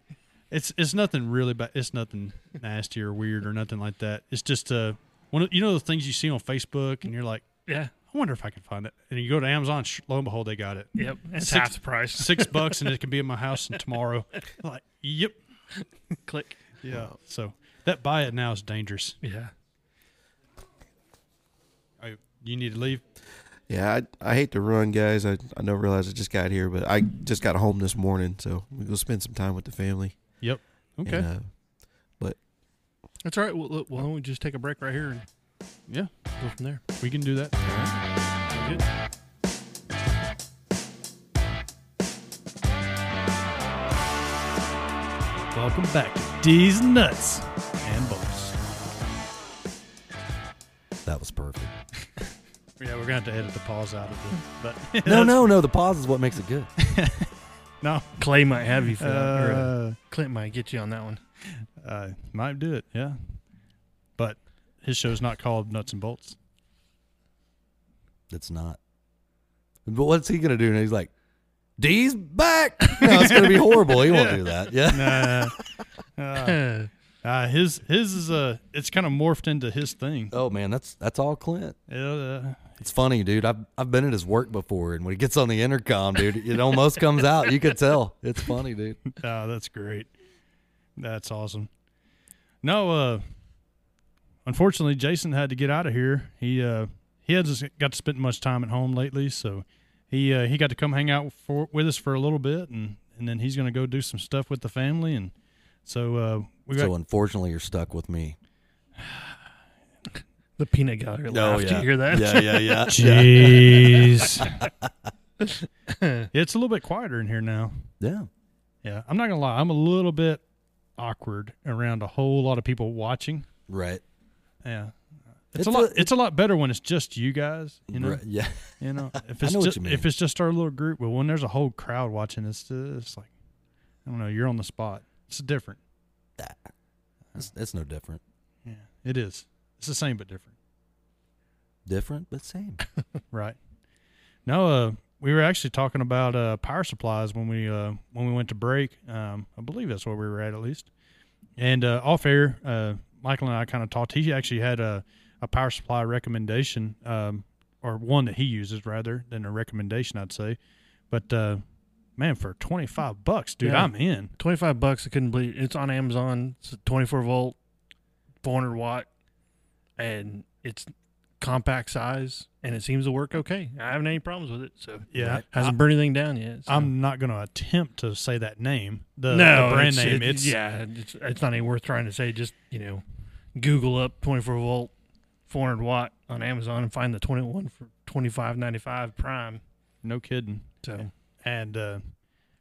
It's it's nothing really bad. It's nothing nasty or weird or nothing like that. It's just uh one of, you know the things you see on Facebook and you're like, Yeah, I wonder if I can find it. And you go to Amazon, sh- lo and behold, they got it. Yep, it's Six- half the price. Six bucks, and it can be in my house tomorrow. like, yep. Click. Yeah. So that buy it now is dangerous. Yeah. I, you need to leave. Yeah, I, I hate to run, guys. I, I know realize I just got here, but I just got home this morning, so we go spend some time with the family. Yep. Okay. And, uh, That's all right. Well, look, why don't we just take a break right here and yeah. go from there? We can do that. Good. Welcome back to D's Nuts and Bolts. That was perfect. Yeah, we're gonna have to edit the pause out of it, but No, no, no. The pause is what makes it good. no. Clay might have you for that. or, uh, Uh, Clint might get you on that one. uh, might do it. Yeah, but his show's not called Nuts and Bolts. It's not. But what's he gonna do? And he's like, D's back. No, it's gonna be horrible. He won't do that. Yeah. Nah. uh, uh, his his is uh, it's kind of morphed into his thing. Oh man, that's that's all Clint. Uh, It's funny, dude. I've I've been at his work before, and when he gets on the intercom, dude, it almost comes out. You could tell. It's funny, dude. Oh, that's great. That's awesome. No, uh unfortunately Jason had to get out of here. He uh he hasn't got to spend much time at home lately, so he uh, he got to come hang out for with us for a little bit and and then he's going to go do some stuff with the family and so uh we got So unfortunately, you're stuck with me. the peanut gallery laugh. Did you hear that? Oh, Yeah, yeah, yeah. yeah. jeez. it's a little bit quieter in here now. Yeah. Yeah, I'm not going to lie. I'm a little bit awkward around a whole lot of people watching. Right. Yeah. It's, It's a lot. a- it's a lot better when it's just you guys. You know. right. Yeah. You know. If it's know what just you mean. if it's just our little group, but when there's a whole crowd watching, it's just like, I don't know. You're on the spot. It's different. It's, it's no different. Yeah. It is. It's the same but different. Different, but same. Right. No. Uh, we were actually talking about uh power supplies when we uh when we went to break. Um, I believe that's where we were at at least. And uh, off air, uh, Michael and I kind of talked. He actually had a a power supply recommendation, um, or one that he uses rather than a recommendation, I'd say. But uh, man, for twenty five bucks, dude, Yeah. I'm in. 25 bucks. I couldn't believe It's on Amazon. It's a 24 volt, 400 watt, and it's compact size, and it seems to work okay. I haven't any problems with it. So, Yeah, hasn't burned anything down yet. so. I, am not going to attempt to say that name, the, no the brand it's- name. it- It's yeah, it's, it's not even worth trying to say. Just you know, Google up 24 volt, 400 watt on Amazon and find the 21 for 25.95 Prime. no kidding. So and uh,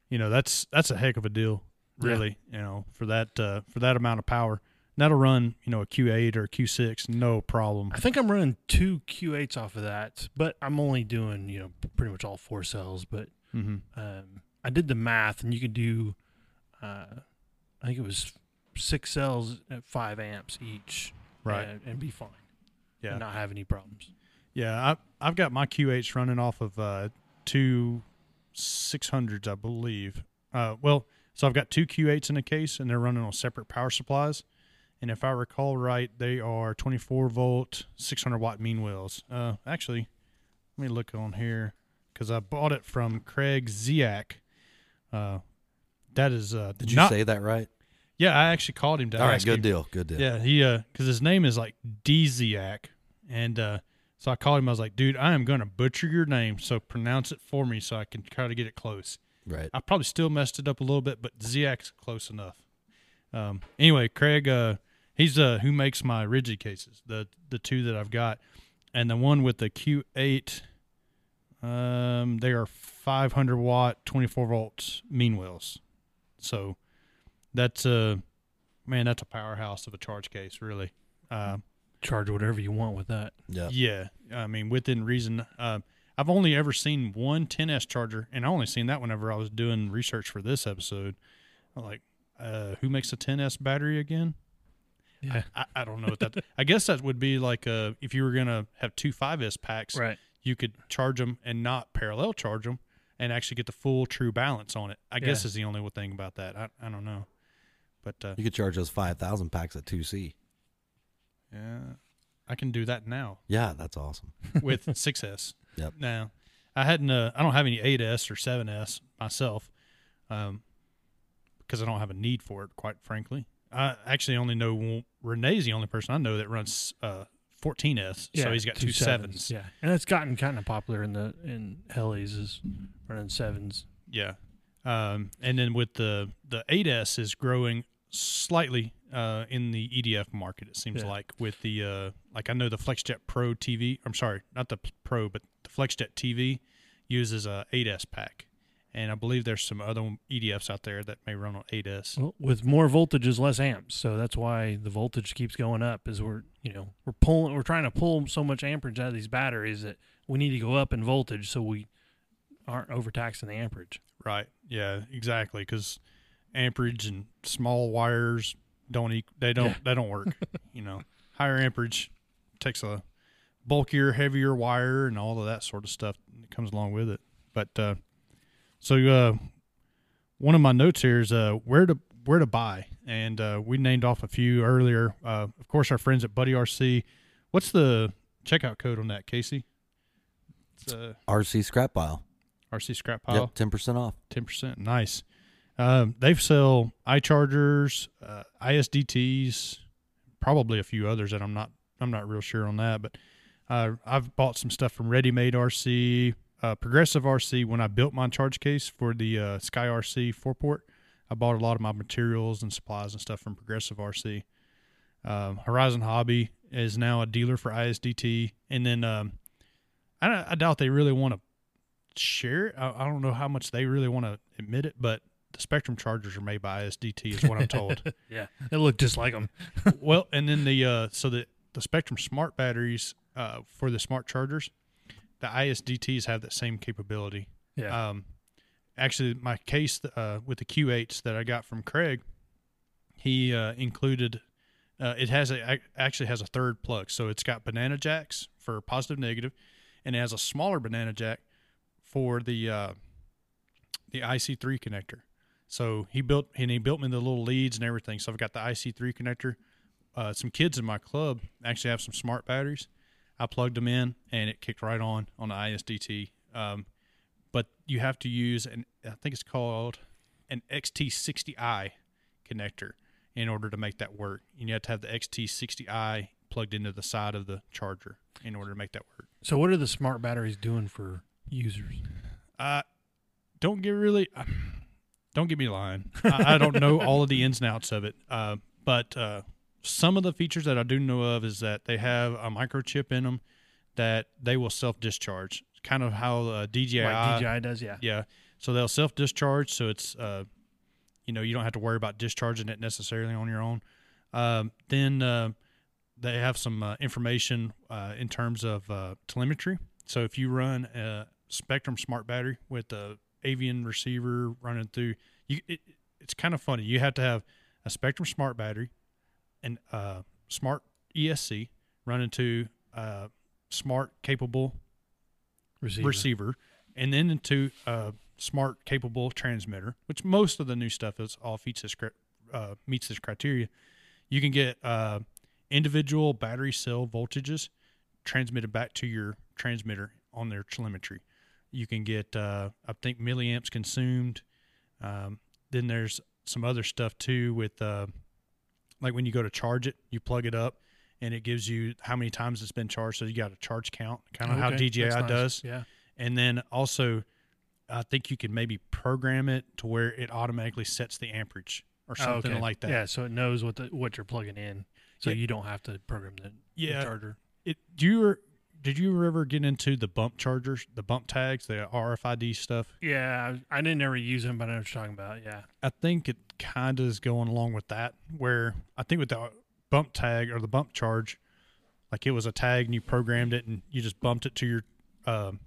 you know that's that's a heck of a deal, Yeah. really. You know for that uh, for that amount of power, And that'll run you know a Q8 or a Q6, no problem. I think I'm running two Q8s off of that, but I'm only doing you know pretty much all four cells. But Mm-hmm. um, I did the math, and you could do, uh, I think it was six cells at five amps each, Right. And, and be fine. Yeah. and not have any problems. Yeah, I, I've got my QH running off of uh, two 600s, I believe. Uh, well, so I've got two Q8s in a case, and they're running on separate power supplies. And if I recall right, they are 24 volt, 600 watt mean wheels. Uh, actually, let me look on here because I bought it from Craig Ziak. Uh, that is, uh, Did you not- say that right? Yeah, I actually called him to All right. ask Good him. deal. Good deal. Yeah, he uh, because his name is like Deziak, and uh, so I called him. I was like, dude, I am gonna butcher your name, so pronounce it for me, so I can try to get it close. Right. I probably still messed it up a little bit, but Ziak's close enough. Um, anyway, Craig, uh, he's uh, who makes my rigid cases, the the two that I've got, and the one with the Q8. Um, they are 500 watt, 24 volts mean wheels. So that's a man, that's a powerhouse of a charge case, really. Um, Charge whatever you want with that. Yeah. yeah, I mean within reason. Um, I've only ever seen one 10s charger, and I only seen that whenever I was doing research for this episode. I'm like, uh, who makes a 10s battery again? Yeah, I, I don't know what that. I guess that would be like uh, if you were gonna have two 5s packs, right. you could charge them and not parallel charge them, and actually get the full true balance on it. I guess Yeah. is the only thing about that. I, I don't know, but uh, You could charge those five thousand packs at two C. yeah, I can do that now Yeah, that's awesome. with 6S. Yep. Now, I hadn't. Uh, I don't have any 8S or 7S myself, um, because I don't have a need for it. Quite frankly, I actually only know one- Renee's the only person I know that runs uh, 14S. so he's got two sevens. Yeah, and it's gotten kind of popular in the in helis is running sevens. Yeah. Um, and then with the the 8S is growing slightly uh, in the EDF market. It seems Yeah. like with the uh, like I know the FlexJet Pro TV. I'm sorry, not the P- Pro, but the FlexJet TV uses a 8S pack, and I believe there's some other EDFs out there that may run on E 8S. Well, with more voltages, less amps, so that's why the voltage keeps going up. Is we're you know we're pulling we're trying to pull so much amperage out of these batteries that we need to go up in voltage so we aren't overtaxing the amperage. Right? Yeah, exactly. Because amperage and small wires don't eq- they don't Yeah. they don't work. you know, higher amperage takes a bulkier, heavier wire and all of that sort of stuff that comes along with it. But uh, so uh, one of my notes here is uh, where to where to buy, and uh, we named off a few earlier. Uh, of course, our friends at Buddy RC. What's the checkout code on that, Casey? It's uh, RC scrap pile. RC Scrap Pile Yep, ten percent off. ten percent. Nice. Um, they sell iChargers, uh, ISDTs, probably a few others that I'm not I'm not real sure on that. But uh, I've bought some stuff from Ready Made RC, uh, Progressive RC. When I built my charge case for the uh, Sky RC four port, I bought a lot of my materials and supplies and stuff from Progressive RC. Um, Horizon Hobby is now a dealer for ISDT, and then um, I, don't- I doubt they really want to share. it. I, I don't know how much they really want to admit it, but the Spectrum chargers are made by ISDT, is what I'm told. Yeah, it looked just like them. well, and then the uh, so the the Spectrum Smart batteries uh, for the smart chargers, the ISDTs have that same capability. Yeah, Um, actually, my case uh, with the Q8s that I got from Craig, he uh, included. Uh, it has a ac- actually has a third plug, so it's got banana jacks for positive, negative, and it has a smaller banana jack for the uh, the IC3 connector. So he built and he built me the little leads and everything. So I've got the IC3 connector. Uh, some kids in my club actually have some smart batteries. I plugged them in and it kicked right on on the ISDT. Um, but you have to use an I think it's called an XT60i connector in order to make that work. And you have to have the XT60i plugged into the side of the charger in order to make that work. so what are the smart batteries doing for users? Uh, don't get really, uh, don't get me lying. I, I don't know all of the ins and outs of it, uh, but uh, some of the features that I do know of is that they have a microchip in them that they will self discharge, kind of how uh, DJI, like DJI does. Yeah, yeah. So they'll self discharge, so it's uh, you know you don't have to worry about discharging it necessarily on your own. Um, then uh, they have some uh, information uh, in terms of uh, telemetry. So if you run a Spectrum Smart Battery with a Avian receiver running through, you it, it's kind of funny. You have to have a Spectrum Smart Battery and uh, Smart ESC running to uh, smart capable receiver. receiver, and then into a smart, capable transmitter, which most of the new stuff is all meets this, cri- uh, meets this criteria. You can get uh, individual battery cell voltages transmitted back to your transmitter on their telemetry. You can get, uh, I think, milliamps consumed. Um, then there's some other stuff too with, uh, like when you go to charge it, you plug it up, and it gives you how many times it's been charged. So you got a charge count, kind of how Okay, DJI that's nice. does Yeah, and then also i think you can maybe program it to where it automatically sets the amperage or Oh, something okay. like that Yeah, so it knows what the, what you're plugging in, so Yeah. you don't have to program the, Yeah. the charger. it do you did you ever get into the bump chargers the bump tags the rfid stuff Yeah, I, I didn't ever use them, but I know what you're talking about. Yeah, i think it kind of is going along with that where i think with the bump tag or the bump charge like it was a tag and you programmed it and you just bumped it to your um,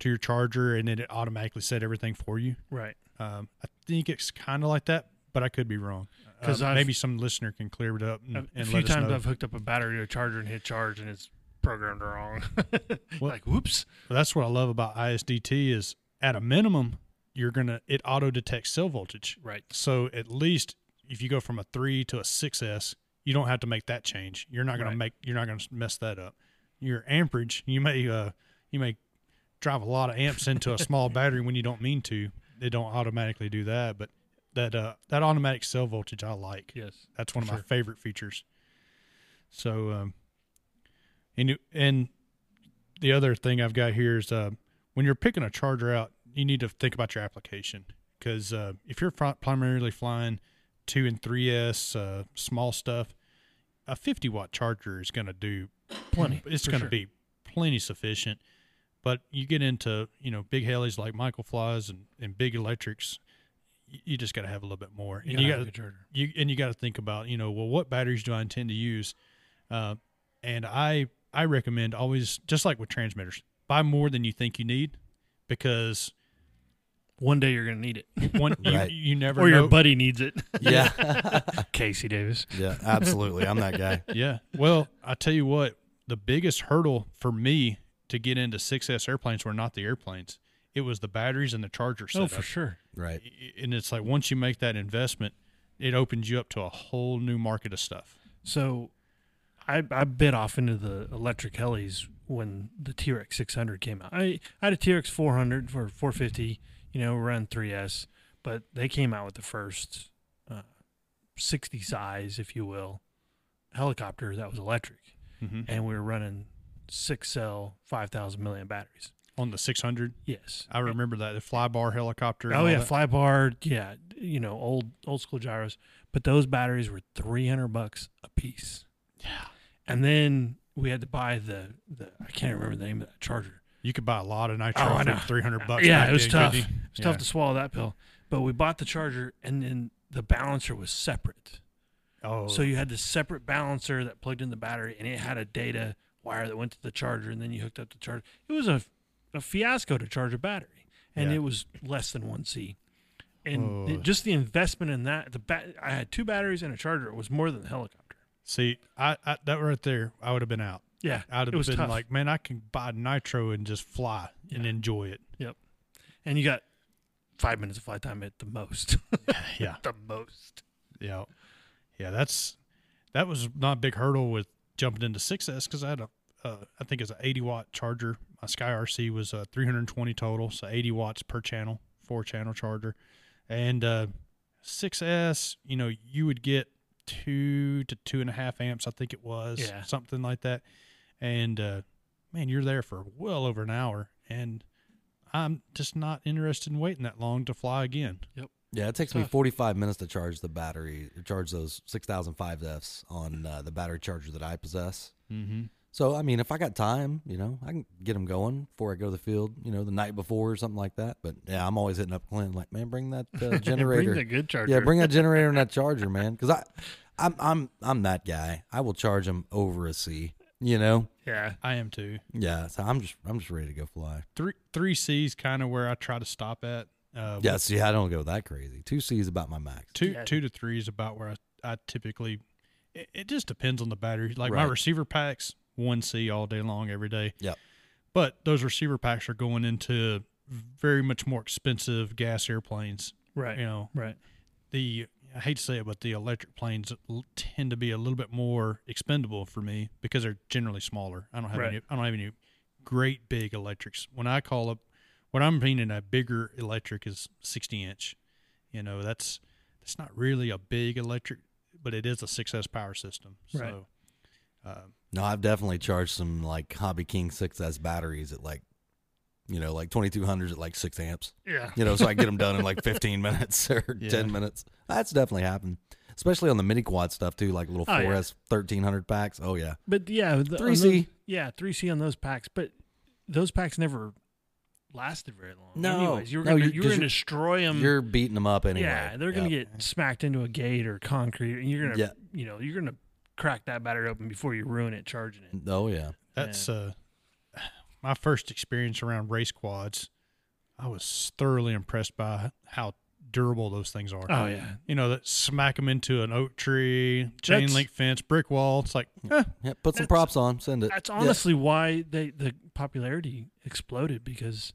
to your charger and then it automatically set everything for you right. Um, I think it's kind of like that, but I could be wrong. 'Cause Um, I've- maybe some listener can clear it up and, A- a and few let us times know. I've hooked up a battery to a charger and hit charge, and it's programmed wrong. like, whoops. But that's what I love about ISDT is at a minimum you're gonna it auto detects cell voltage. Right. So at least if you go from a three to a 6S, you don't have to make that change. You're not going Right. to make you're not going to mess that up. Your amperage, you may uh you may drive a lot of amps into a small battery when you don't mean to. They don't automatically do that, but that uh that automatic cell voltage I like. Yes. That's one of Sure. my favorite features. So, um, and you, and the other thing I've got here is uh, when you're picking a charger out, you need to think about your application because uh, if you're pri- primarily flying two and three S uh, small stuff, a 50 watt charger is going to do Plenty. it's for going to sure. be plenty sufficient. But you get into you know big helis like Michael flies and, and big electrics, you, you just got to have a little bit more, and gotta you have got a to good charger. you and you got to think about you know well what batteries do I intend to use, uh, and I I recommend always just like with transmitters buy more than you think you need because One day you're going to need it. one Right. you, you never Or your know- buddy needs it. Yeah. Casey Davis. yeah, absolutely. I'm that guy. yeah well I tell you what the biggest hurdle for me to get into 6S airplanes were not the airplanes it was the batteries and the charger Oh, setup for sure. Right. and it's like once you make that investment it opens you up to a whole new market of stuff So I, I bit off into the electric helis when the T Rex 600 came out. I, I had a T Rex 400 for 450, you know, run 3S, but they came out with the first uh, 60 size, if you will, helicopter that was electric. Mhm. And we were running six cell, 5,000 milliamp batteries. on the 600 Yes. I remember that the flybar helicopter and Oh all yeah, that. fly bar, yeah, you know, old old school gyros. But those batteries were three hundred bucks a piece. Yeah. And then we had to buy the, the I can't remember the name of that charger. You could buy a lot of nitro Oh, I know. for three hundred bucks. yeah, back it was then, tough. It couldn't you? was Yeah. tough to swallow that pill. But we bought the charger and then the balancer was separate. Oh, So you had this separate balancer that plugged in the battery and it had a data wire that went to the charger and then you hooked up the charger. It was a, a fiasco to charge a battery and Yeah. it was less than 1C. And Oh. the- just the investment in that, the bat, I had two batteries and a charger. It was more than the helicopter. see, I, I that right there, I would have been out. Yeah. I'd have it was been tough. like, man, I can buy nitro and just fly and Yeah. enjoy it. and you got five minutes of flight time at the most. Yeah, the most. yeah, yeah. That's that was not a big hurdle with jumping into 6S because I had a, uh, I think it's an eighty watt charger. My Sky RC was uh, three hundred twenty total, so eighty watts per channel, four channel charger, and uh, 6S. You know, you would get two to two and a half amps, I think it was, Yeah. something like that. And uh, man, you're there for well over an hour, and I'm just not interested in waiting that long to fly again. Yeah, it takes me Tough. 45 minutes to charge the battery, charge those 6005 Fs on uh, the battery charger that I possess. Mm-hmm. So, I mean, if I got time, you know, I can get them going before I go to the field, you know, the night before or something like that. But yeah, I'm always hitting up Clint like, man, bring that uh, generator. Bring the good charger. yeah, bring that generator and that charger, man, because I, I'm, I'm, I'm that guy. I will charge them over a C, you know. yeah. I am too. Yeah, so I'm just, I'm just ready to go fly. three three C's kind of where I try to stop at. Uh, Yeah, see, I don't go that crazy. Two C's about my max. two Yeah. two to three is about where I, I typically. It, it just depends on the battery. Like my Right. receiver packs, one C all day long every day. Yep. But those receiver packs are going into very much more expensive gas airplanes. Right. You know Right. the I hate to say it, but the electric planes l- tend to be a little bit more expendable for me because they're generally smaller. I don't have Right. any. I don't have any great big electrics. When I call up, what I'm meaning a bigger electric is 60 inch. You know, that's that's not really a big electric, but it is a 6S power system. Right. So, um, No, I've definitely charged some like Hobby King 6S batteries at like, you know, like 2200s at like six amps. Yeah. you know, so I get them done in like 15 minutes or Yeah. 10 minutes. That's definitely happened, especially on the mini quad stuff too, like little Oh, yeah. 4S 1300 packs. Oh yeah, But yeah, the, on 3C. those- Yeah, three C on those packs, but those packs never lasted very long. No. Anyways, you were No, gonna you're- you were 'cause gonna you're- destroy them. you're beating them up anyway. Um, Yeah, they're gonna get smacked into a gate or concrete, and you're gonna Yeah. you know you're gonna crack that battery open before you ruin it charging it. Oh yeah, that's uh, my first experience around race quads. I was thoroughly impressed by how durable those things are. Oh yeah, you know, that smack them into an oak tree, chain That's- Mm. link fence, brick wall. It's like, eh, yeah. Put some That's- props on. Send it. that's Yeah. honestly why they the popularity exploded because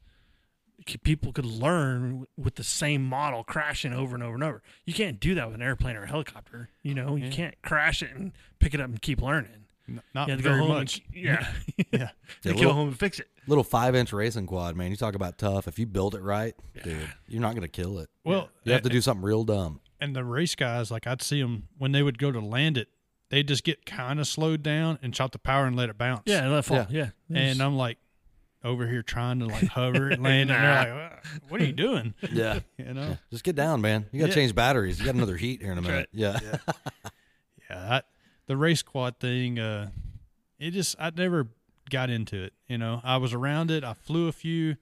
c- people could learn with the same model crashing over and over and over. You can't do that with an airplane or a helicopter. You know, you Yeah. can't crash it and pick it up and keep learning. N- not you have to go very home. and- much. yeah, Yeah. You little- go home and fix it. Little five inch racing quad, man. You talk about tough. If you build it right, dude, you're not gonna kill it. Well, You have to do something real dumb. and the race guys, like I'd see them when they would go to land it, they just get kind of slowed down and chop the power and let it bounce. Yeah, and let it fall. Yeah. Yeah, And I'm like over here trying to like hover and land, and they're like, "Wha- "What are you doing?" Yeah. You know? Just get down, man. You gotta Yeah. change batteries. You got another heat here in a minute. Yeah. Yeah. I, Uh, the race quad thing, uh, it just I never got into it. You know, I was around it. I flew a few,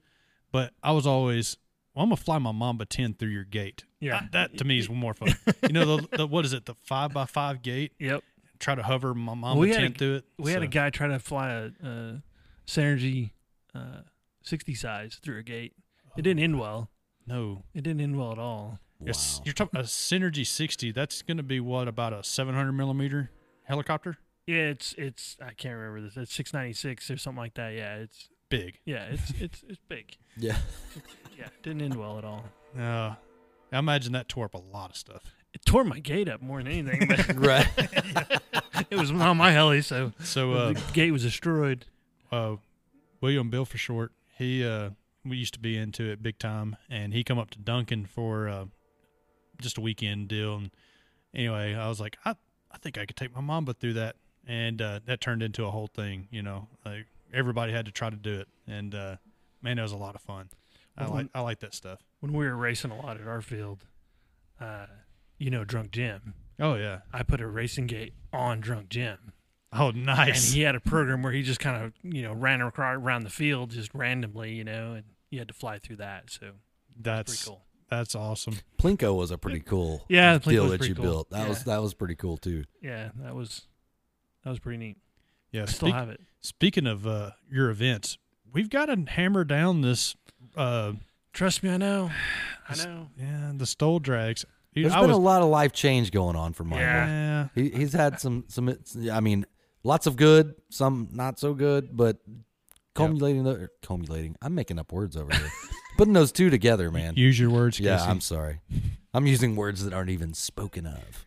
but I was always, well, I'm gonna fly my Mamba 10 through your gate. Yeah. I- that to me is more fun. you know, the, the what is it? The five by five gate. yep. Try to hover my Mamba we had 10 a- through it. We had a so- guy try to fly a, a Synergy uh, 60 size through a gate. It didn't end well. No, It didn't end well at all. Yes, you're talking a Synergy 60. That's going to be what about a 700 millimeter helicopter? Yeah, it's it's I can't remember this. It's 696 or something like that. Yeah, it's Big. yeah, it's it's it's big. Yeah. Yeah, it didn't end well at all. Uh, I imagine that tore up a lot of stuff. It tore my gate up more than anything. But Right. it was on my heli, so So uh, the gate was destroyed. uh, William Bill for short. He uh, we used to be into it big time, and he come up to Duncan for uh, just a weekend deal. And anyway, I was like, I I think I could take my Mamba through that, and uh, that turned into a whole thing. You know, like everybody had to try to do it, and uh, man, that was a lot of fun. I Well, like I like that stuff. When we were racing a lot at our field, uh, you know, drunk Jim. Oh yeah. I put a racing gate on drunk Jim. Oh, and nice. he had a program where he just kind of you know ran acro- around the field just randomly you know and you had to fly through that so pretty that's cool that's awesome. Plinko was a pretty cool Yeah, Plinko deal was that pretty you cool. built. That was Yeah. that was pretty cool too. yeah that was that was pretty neat Yeah. i still speak- have it Speaking of uh, your events, we've got to hammer down this. Uh, trust me i know i It's- know yeah, the stole drags. Dude, There's I been was- a lot of life change going on for Michael. Yeah. yeah. He, he's had some some. I mean, lots of good, some not so good, but culminating. the Culminating. I'm making up words over here. Putting those two together, man. Use your words, yeah, Casey. I'm sorry. I'm using words that aren't even spoken of.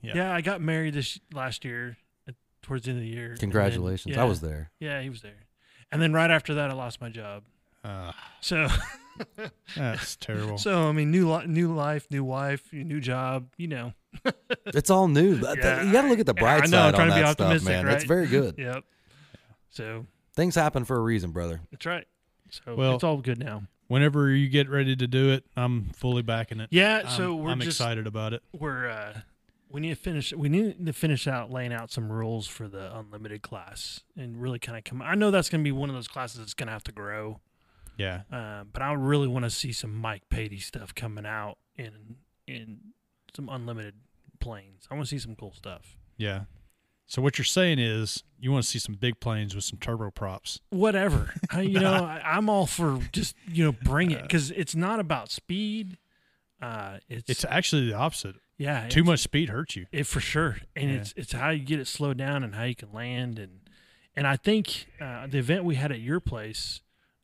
Yeah. yeah. i got married this last year at, towards the end of the year and then- Congratulations, yeah, I was there. yeah he was there and then right after that i lost my job Uh, so that's terrible. so i mean new li- new life new wife new job you know It's all new. That- that- you got to look at the Yeah, bright I know, I'm side on trying to be that stuff, optimistic, man. It's right? very good. yep so Things happen for a reason, brother. that's right so Well- it's all good now Whenever you get ready to do it, I'm fully backing it. Yeah, I'm, so we're I'm just excited about it. we're uh we need to finish we need to finish out laying out some rules for the unlimited class and really kind of come I know that's going to be one of those classes that's going to have to grow. Yeah. Uh, but I really want to see some Mike Patey stuff coming out in in some unlimited planes. I want to see some cool stuff. Yeah. So what you're saying is you want to see some big planes with some turboprops. Whatever. I, you know, I, I'm all for just, you know, bring it cuz it's not about speed. Uh it's, It's actually the opposite. yeah, Too it's- much speed hurts you. It for sure, and Yeah. it's it's how you get it slowed down and how you can land and and I think uh, the event we had at your place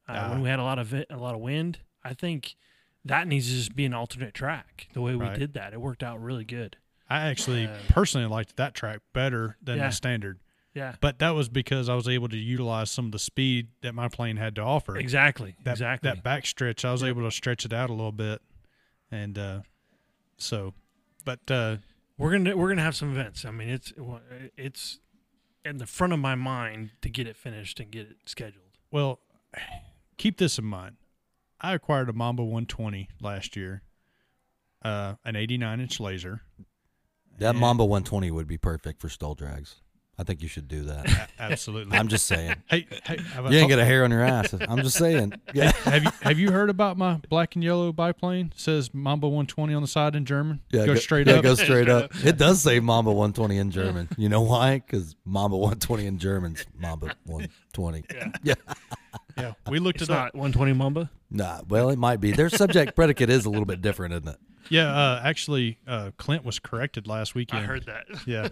uh, Ah. when we had a lot of vi- a lot of wind, I think that needs to just be an alternate track. The way Right. we did that, it worked out really good. I actually Uh, personally liked that track better than Yeah. the standard. Yeah, But that was because I was able to utilize some of the speed that my plane had to offer. exactly, That, exactly. That back stretch, I was able to stretch it out a little bit, and uh, so, but uh, we're gonna we're gonna have some events. I mean, it's it's in the front of my mind to get it finished and get it scheduled. well, keep this in mind. I acquired a Mamba 120 last year, uh, an 89 inch laser. That Yeah. Mamba 120 would be perfect for stole drags. I think you should do that. A- Absolutely. I'm just saying. hey, hey, have, I You ain't told- got a hair on your ass. I'm just saying. Yeah. have you have you heard about my black and yellow biplane? It says Mamba 120 on the side in German. Yeah, go, straight yeah, up. Go straight up. It does say Mamba 120 in German. You know why? Because Mamba 120 in German's Mamba 120. yeah, we looked It's it up. not 120 Mamba. Nah, well, it might be. Their subject predicate is a little bit different, isn't it? Yeah, uh, actually, uh, Clint was corrected last weekend. I heard that. yeah.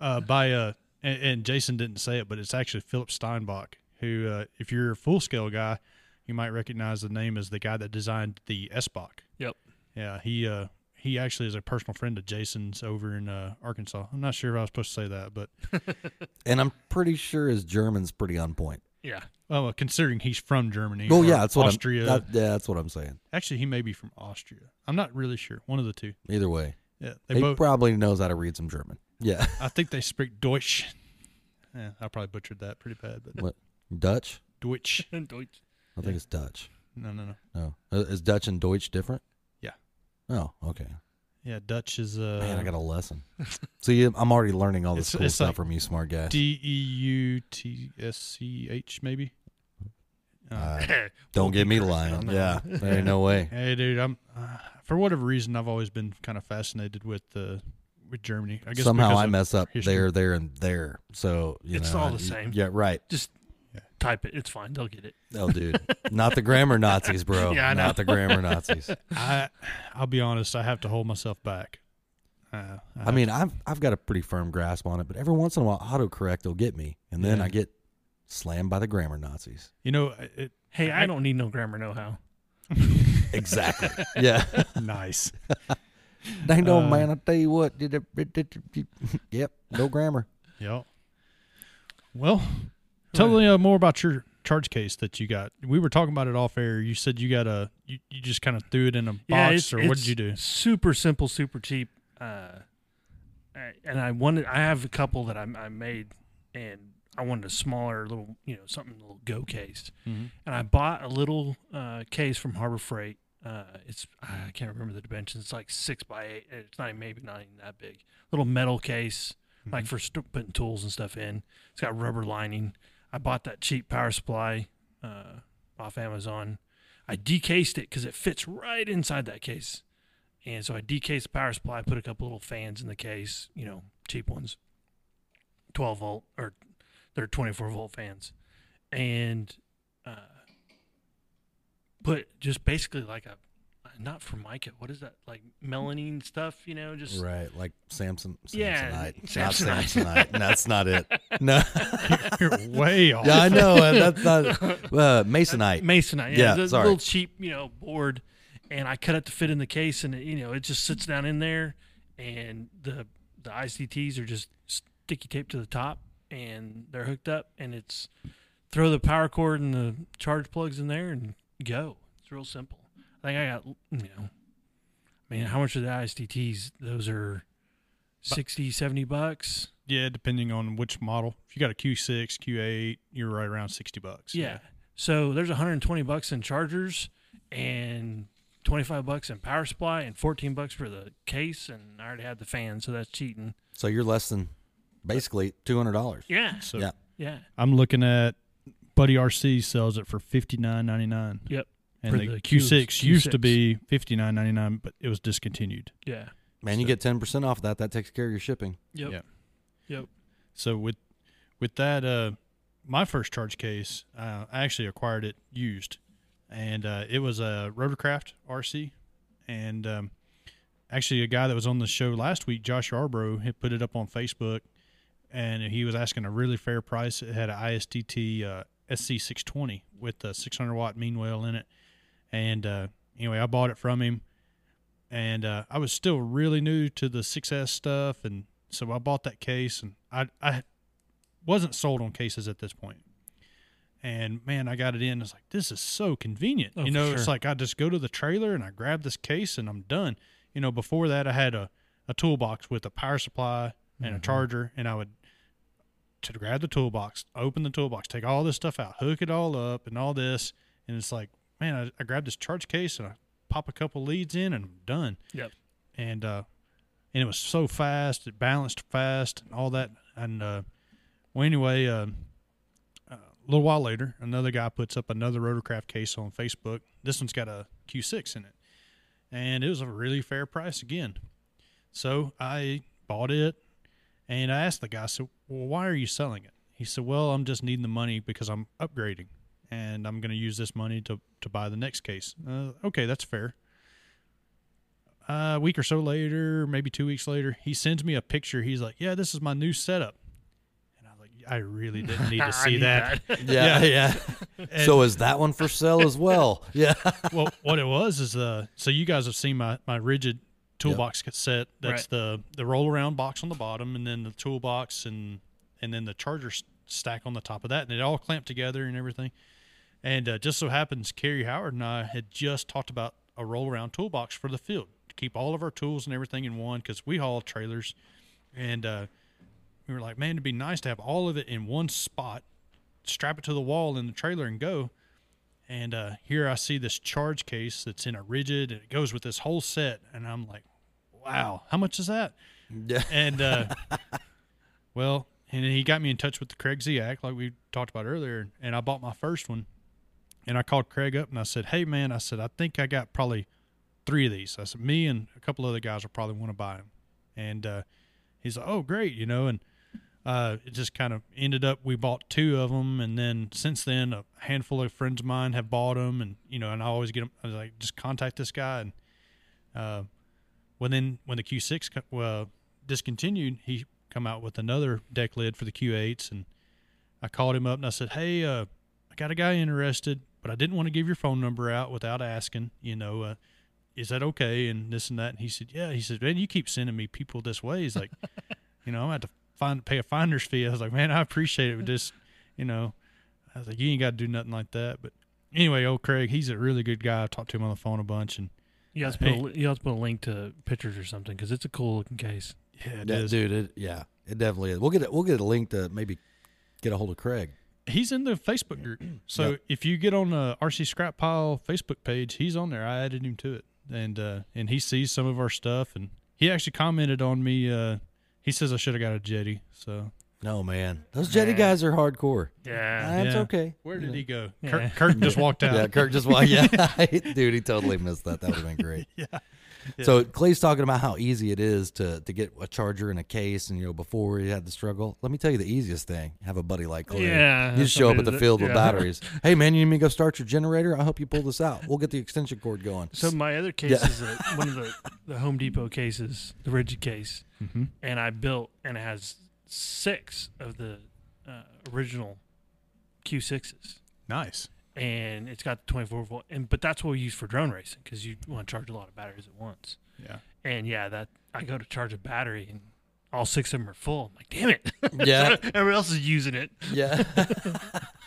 Uh, by uh, and, and Jason didn't say it, but it's actually Philip Steinbach, who, uh, if you're a full scale guy, You might recognize the name as the guy that designed the S-Bach. Yep. Yeah, he uh, he actually is a personal friend of Jason's over in uh, Arkansas. I'm not sure if I was supposed to say that, but And I'm pretty sure his German's pretty on point. Yeah. oh, well, considering he's from Germany. Oh or yeah, that's what Austria. I'm. That, yeah, that's what I'm saying. actually, he may be from Austria. I'm not really sure. One of the two. Either way, Yeah, they he both. probably knows how to read some German. Yeah, I think they speak Deutsch. Yeah, I probably butchered that pretty bad, but what Dutch? Deutsch. And Deutsch. I think it's Dutch. No, no, no. No, Uh, is Dutch and Deutsch different? Yeah. Oh, okay. Yeah, Dutch is uh, Man, I got a lesson. See, I'm already learning all this It's- cool it's stuff like from you, smart guy. D E U T S C H maybe. Uh, Uh, don't get me lying. Yeah, there ain't no way. hey, dude, I'm uh, for whatever reason I've always been kind of fascinated with uh, with Germany. I guess Somehow because I of mess up history. there, there, and there. So you It's know, all the I- same. Yeah, right. Just type it. It's fine. They'll get it. Oh, dude, not the grammar Nazis, bro. Yeah, I know. not the grammar Nazis. I I'll be honest, I have to hold myself back. Uh, I mean, I've I've got a pretty firm grasp on it, but every once in a while, autocorrect will get me, and then Yeah. I get slammed by the grammar Nazis. you know, uh, it, Hey, I don't need no grammar know-how. Exactly. yeah. nice. They know, man. I tell you what. Yep. No grammar. Yep. Well, tell me uh, more about your charge case that you got. We were talking about it off air. You said you got a you, you just kind of threw it in a box, it's- or what it's did you do? Super simple, super cheap. Uh, I- and I wanted, I have a couple that I, I made, and I wanted a smaller little, you know, something a little go case. Mm-hmm. And I bought a little uh, case from Harbor Freight. Uh, it's I can't remember the dimensions. It's like six by eight. and It's not even, maybe not even that big. Little metal case, like Mm-hmm. for st- putting tools and stuff in. It's got rubber lining. I bought that cheap power supply uh, off Amazon. I decased it because it fits right inside that case. And so I decased the power supply, put a couple little fans in the case, you know, cheap ones, 12 volt or they're 24 volt fans, and uh, put just basically like a not formica. What is that like melanine stuff? You know, just Right. Like Samson. Samsonite. Yeah, Not Samsonite. Samsonite. No, That's not it. No. You're way off. yeah, I know. uh, That's not uh, Masonite. Masonite. Yeah, Yeah, it's a sorry. little cheap, you know, board, and I cut it to fit in the case, and it, you know, it just sits down in there, and the the ICTs are just sticky taped to the top, and they're hooked up, and it's throw the power cord and the charge plugs in there, and go. It's real simple. I think I got you know, man, how much are the ISDTs? Those are 60, 70 bucks. Yeah, depending on which model. If you got a Q6, Q8, you're right around sixty bucks. Yeah. So there's 120 bucks in chargers and 25 bucks in power supply and 14 bucks for the case and I already had the fan, so that's cheating. So you're less than basically two hundred dollars. Yeah. So Yeah. Yeah. I'm looking at Buddy RC sells it for fifty nine ninety nine. Yep. And For the, the Q- Q6, used to Q6. be fifty nine ninety nine, but it was discontinued. Yeah. Man, you get ten percent off that. That takes care of your shipping. Yep. Yeah. Yep. So with with that, uh, my first charge case, uh, I actually acquired it used, and uh, it was a Rotorcraft RC, and um, actually a guy that was on the show last week, Josh Yarbrough, had put it up on Facebook, and he was asking a really fair price. It had an ISDT uh, SC620 with a 600 watt mean well in it, and uh, anyway, I bought it from him and uh, I was still really new to the 6S stuff, and so I bought that case, and I I wasn't sold on cases at this point. And man, I got it in. It's like this is so convenient. Oh, you for know, it's sure. like I just go to the trailer and I grab this case and I'm done. You know, before that I had a, a toolbox with a power supply and Mm-hmm. a charger, and I would to grab the toolbox, open the toolbox, take all this stuff out, hook it all up, and all this. And it's like, man, I, I grab this charge case and I pop a couple leads in, and I'm done. Yep. And uh, and it was so fast, it balanced fast, and all that. And uh, well, anyway, uh, a little while later, another guy puts up another rotorcraft case on Facebook. This one's got a Q6 in it, and it was a really fair price again. So I bought it, and I asked the guy, I said, "Well, why are you selling it?" He said, "Well, I'm just needing the money because I'm upgrading, and I'm going to use this money to to buy the next case." Uh, okay, that's fair. Uh, a week or so later, maybe two weeks later, he sends me a picture. He's like, "Yeah, this is my new setup," and I was like, I really didn't need to I see need that. Yeah, yeah. And- so is that one for sale as well? Yeah. well, what it was is uh, so you guys have seen my my rigid toolbox cassette. That's Right. the the roll around box on the bottom, and then the toolbox, and and then the charger s- stack on the top of that, and it all clamped together and everything. And uh, just so happens, Kerry Howard and I had just talked about a roll around toolbox for the field to keep all of our tools and everything in one because we haul trailers, and uh, we were like, man, it'd be nice to have all of it in one spot, strap it to the wall in the trailer, and go. And uh, here I see this charge case that's in a rigid, and it goes with this whole set. And I'm like, wow, how much is that? Yeah. And uh, well, and he got me in touch with the Craig Ziak, like we talked about earlier. And I bought my first one. And I called Craig up and I said, hey, man, I said, I think I got probably three of these. I said, me and a couple other guys will probably want to buy them. And uh, he's like, oh, great, you know. And uh, it just kind of ended up we bought two of them and then since then a handful of friends of mine have bought them and you know and i always get them i was like just contact this guy and uh, when then when the q6 co- uh, discontinued he come out with another deck lid for the q8s and i called him up and i said hey uh, i got a guy interested but i didn't want to give your phone number out without asking you know uh, is that okay and this and that and he said yeah he said man you keep sending me people this way he's like you know, I'm gonna have to find pay a finder's fee. I was like, man, I appreciate it, but just, you know, I was like, you ain't got to do nothing like that. But anyway, old Craig, he's a really good guy. I talked to him on the phone a bunch, and You guys put a, li- you guys put a link to pictures or something because it's a cool looking case. yeah, it Yeah, is. dude, it, yeah, it definitely is. We'll get it. We'll get a link to maybe get a hold of Craig. he's in the Facebook group. So if you get on the RC Scrap Pile Facebook page, he's on there. I added him to it, and uh, and he sees some of our stuff, and he actually commented on me. Uh, he says I should have got a jetty. So No man, those Jetty Yeah. guys are hardcore. Uh, Yeah. That's Yeah. okay. where did he go? Yeah. Kirk, Kirk just walked out. Yeah, Kirk just well, yeah, dude, he totally missed that. That would have been great. yeah. So Clay's talking about how easy it is to to get a charger in a case, and you know before he had the struggle. Let me tell you the easiest thing: have a buddy like Clay. Yeah, you just show up at somebody the that- field with yeah. batteries. Hey man, you need me to go start your generator? I'll help you pull this out. We'll get the extension cord going. So my other case is a, one of the, the Home Depot cases, the rigid case, Mm-hmm. and I built and it has six of the uh, original Q sixes, Nice. and it's got the 24 volt. And but that's what we use for drone racing because you want to charge a lot of batteries at once. Yeah. And yeah, that I go to charge a battery and all six of them are full. I'm like, damn it! Yeah. everyone else is using it. yeah.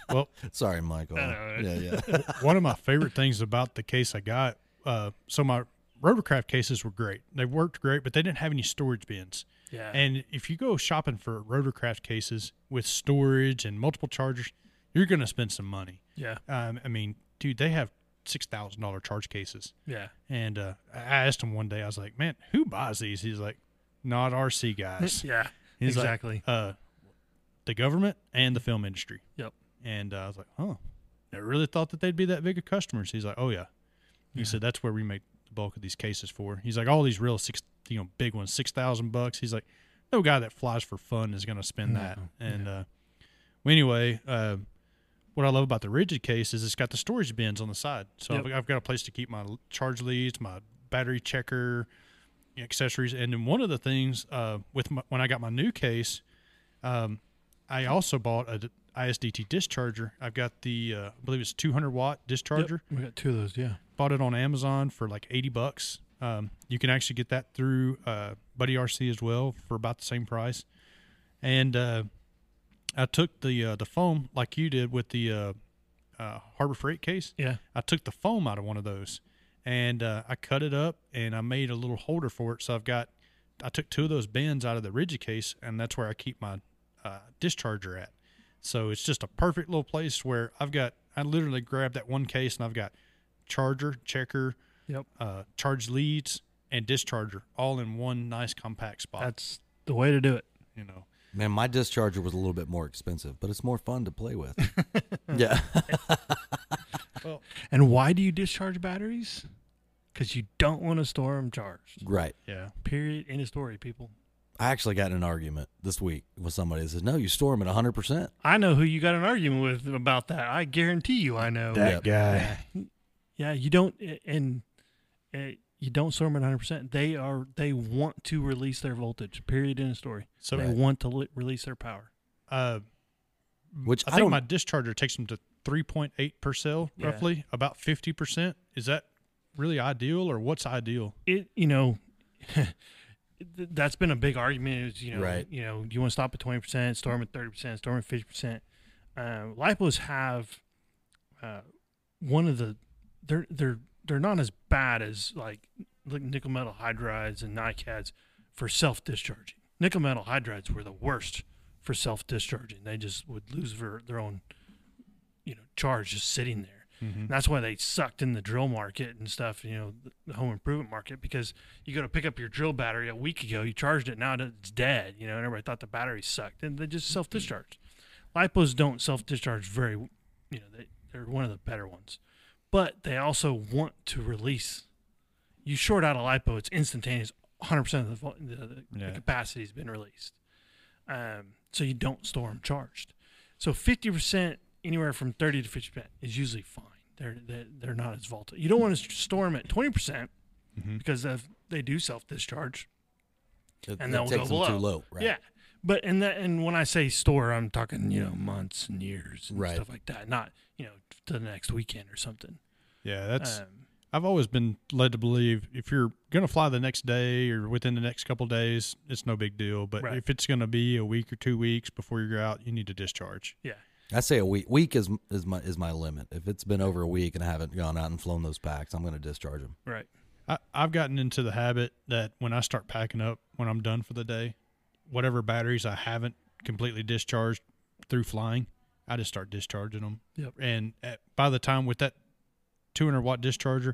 Well, Sorry, Michael. I know. Yeah, yeah. one of my favorite things about the case I got, uh, so my rotorcraft cases were great. They worked great, but they didn't have any storage bins. Yeah. And if you go shopping for rotorcraft cases with storage and multiple chargers, you're going to spend some money. yeah. Um, I mean, dude, they have six thousand dollar charge cases. Yeah. And uh, I asked him one day, I was like, "Man, who buys these?" He's like, "Not RC guys." Yeah. He's like, exactly. uh, the government and the film industry. Yep. And uh, I was like, huh, never really thought that they'd be that big of customers. He's like, oh yeah. He said that's where we make the bulk of these cases for. He's like, all these real six, you know, big ones, six thousand bucks. He's like, no guy that flies for fun is going to spend that. And uh, well, anyway, uh, what I love about the rigid case is it's got the storage bins on the side, so Yep. I've, I've got a place to keep my l- charge leads, my battery checker, accessories. And then one of the things uh, with my, when I got my new case, um, I also bought a d- ISDT discharger. I've got the uh, I believe it's 200 watt discharger. Yep, we got two of those. Yeah. Bought it on Amazon for like 80 bucks. Um, you can actually get that through uh, Buddy RC as well for about the same price. And uh, I took the uh, the foam like you did with the uh, uh, Harbor Freight case. Yeah. I took the foam out of one of those and uh, I cut it up and I made a little holder for it. So I've got, I took two of those bins out of the rigid case and that's where I keep my uh, discharger at. So it's just a perfect little place where I've got, I literally grabbed that one case and I've got charger, checker, Yep. uh, charge leads, and discharger all in one nice compact spot. That's the way to do it. you know, Man, my discharger was a little bit more expensive, but it's more fun to play with. yeah. And why do you discharge batteries? Because you don't want to store them charged. Right. yeah. Period. End of story, people. I actually got in an argument this week with somebody that says, no, you store them at 100%. I know who you got an argument with about that. I guarantee you, I know. That guy. Yeah, you don't, and uh, you don't store them at 100. percent They are. They want to release their voltage. Period. End of story. So They want to li- release their power. uh, Mm, Which I I think don't- my discharger takes them to 3.8 per cell, Yeah. roughly about 50 percent. Is that really ideal, or what's ideal? it you know th- that's been a big argument is you know Right. you know you want to stop at 20% storm at 30% storm at 50% um, lipos have uh, one of the they're they're they're not as bad as like like nickel metal hydrides and nicads for self discharging nickel metal hydrides were the worst for self discharging they just would lose their, their own you know charge just sitting there and that's why they sucked in the drill market and stuff, you know, the home improvement market, because you go to pick up your drill battery a week ago, you charged it, now it's dead, you know, and everybody thought the battery sucked, and they just self discharged. Lipos don't self discharge very, you know, they, they're one of the better ones, but they also want to release. You short out a lipo, it's instantaneous, 100% of the, vol- the, the, Yeah. the capacity has been released. Um, so you don't store them charged. So 50%, anywhere from 30 to 50% is usually fine. They're, they're, they're not as volatile. You don't want to store them at 20% because of, they do self discharge. it, and it they'll takes go them below. too low. Right? Yeah. But and that and when I say store, I'm talking you know months and years and Right. stuff like that, not you know to the next weekend or something. Yeah, that's. Um, I've always been led to believe if you're gonna fly the next day or within the next couple days, it's no big deal. But Right. if it's gonna be a week or two weeks before you're out, you need to discharge. yeah, I say a week. Week is is my is my limit. If it's been over a week and I haven't gone out and flown those packs, I'm going to discharge them. right. I, I've gotten into the habit that when I start packing up, when I'm done for the day, whatever batteries I haven't completely discharged through flying, I just start discharging them. Yep. And at, by the time with that 200 watt discharger,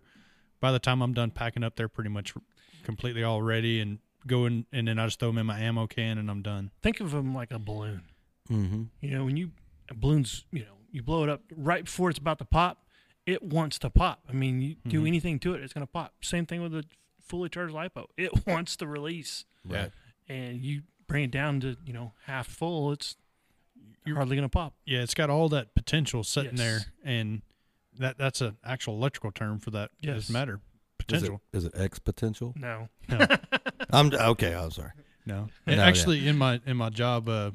by the time I'm done packing up, they're pretty much completely all ready and going. And then I just throw them in my ammo can and I'm done. Think of them like a balloon. Mm-hmm. You know when you a balloons, you know you blow it up right before it's about to pop. It wants to pop. I mean, you do anything to it, it's gonna pop. Same thing with a fully charged lipo. It wants to release. Yeah. and you bring it down to you know half full, it's you're hardly gonna pop. Yeah, it's got all that potential sitting there, Yes. and that that's an actual electrical term for that Yes. matter Is it potential. is it X potential? No, I'm okay. I'm sorry. No, And No, yeah. actually, in my in my job, uh,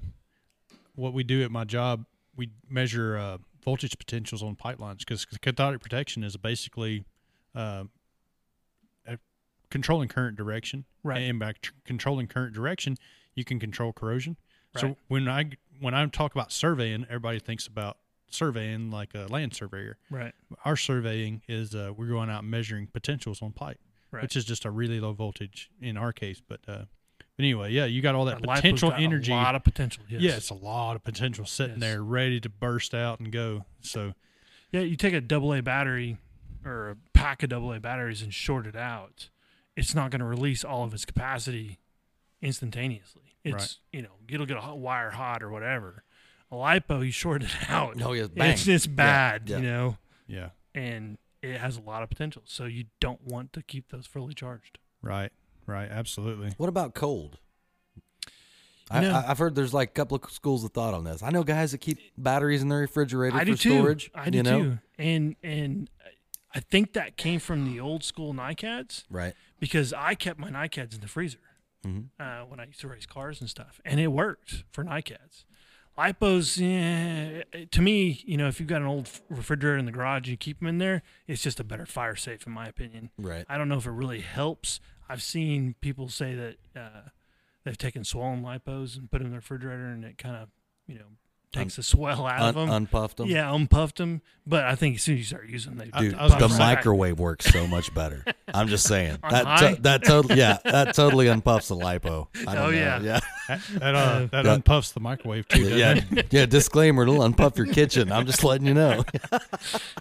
what we do at my job, we measure uh, voltage potentials on pipelines because cathodic protection is basically uh, a- controlling current direction. Right. And by tr- controlling current direction, you can control corrosion. So Right. when I when I talk about surveying, everybody thinks about surveying like a land surveyor. right, Our surveying is uh, we're going out and measuring potentials on pipe right. which is just a really low voltage in our case. But uh, but anyway, yeah, you got all that A lipo's potential got energy. a lot of potential. Yes. Yeah, it's a lot of potential sitting Yes. there, ready to burst out and go. So Yeah, you take a double A battery or a pack of double A batteries and short it out. It's not gonna release all of its capacity instantaneously. It's you know it'll get a hot wire hot or whatever. A lipo, you short it out. No, yes, Oh, bang. it's it's bad, yeah. you know, yeah, and it has a lot of potential. So you don't want to keep those fully charged. right, right, absolutely. What about cold? I, No. I, I've heard there's like a couple of schools of thought on this. I know guys that keep batteries in their refrigerator I for do too. storage. I do you know? too. And and I think that came from the old school NICADs Right. because I kept my NICADs in the freezer Mhm. uh, when I used to race cars and stuff, and it worked for NICADs. Lipos, eh, to me, you know, if you've got an old refrigerator in the garage, you keep them in there. It's just a better fire safe, in my opinion. Right. I don't know if it really helps. I've seen people say that uh, they've taken swollen lipos and put them in the refrigerator, and it kind of, you know, takes the swell out of Un- them. unpuffed them. Yeah, unpuffed them. But I think as soon as you start using them, they I- Dude, was the gonna say- microwave works so much better. I'm just saying On that high? to- that totally yeah that totally unpuffs the lipo. I don't Oh, know. yeah. yeah That that, uh, that Yeah. unpuffs the microwave too. doesn't yeah it? yeah. Disclaimer: It'll unpuff your kitchen. I'm just letting you know.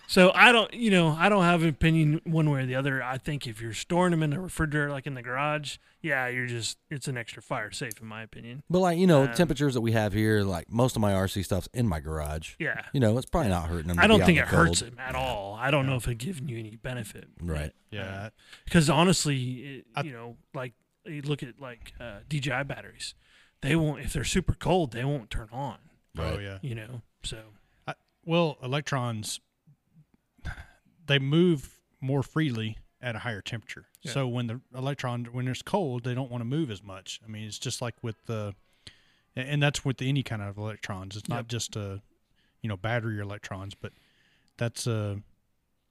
So I don't, you know, I don't have an opinion one way or the other. I think if you're storing them in the refrigerator, like in the garage, yeah, you're just it's an extra fire safe, in my opinion. But like you know, Um, temperatures that we have here, like most of my RC stuff's in my garage. Yeah, You know, it's probably not hurting them. to I be don't out think in it the hurts cold. them at all. I don't know if it gives you any benefit. Right. yeah. Because honestly, I- it, you know, like you look at like uh, DJI batteries, they won't if they're super cold, they won't turn on. Oh Right. yeah. You know, so I, well, electrons they move more freely at a higher temperature. Yeah. So when the electron when it's cold, they don't want to move as much. I mean, it's just like with the and- and that's with any kind of electrons. It's not Yep. just a you know battery electrons, but that's uh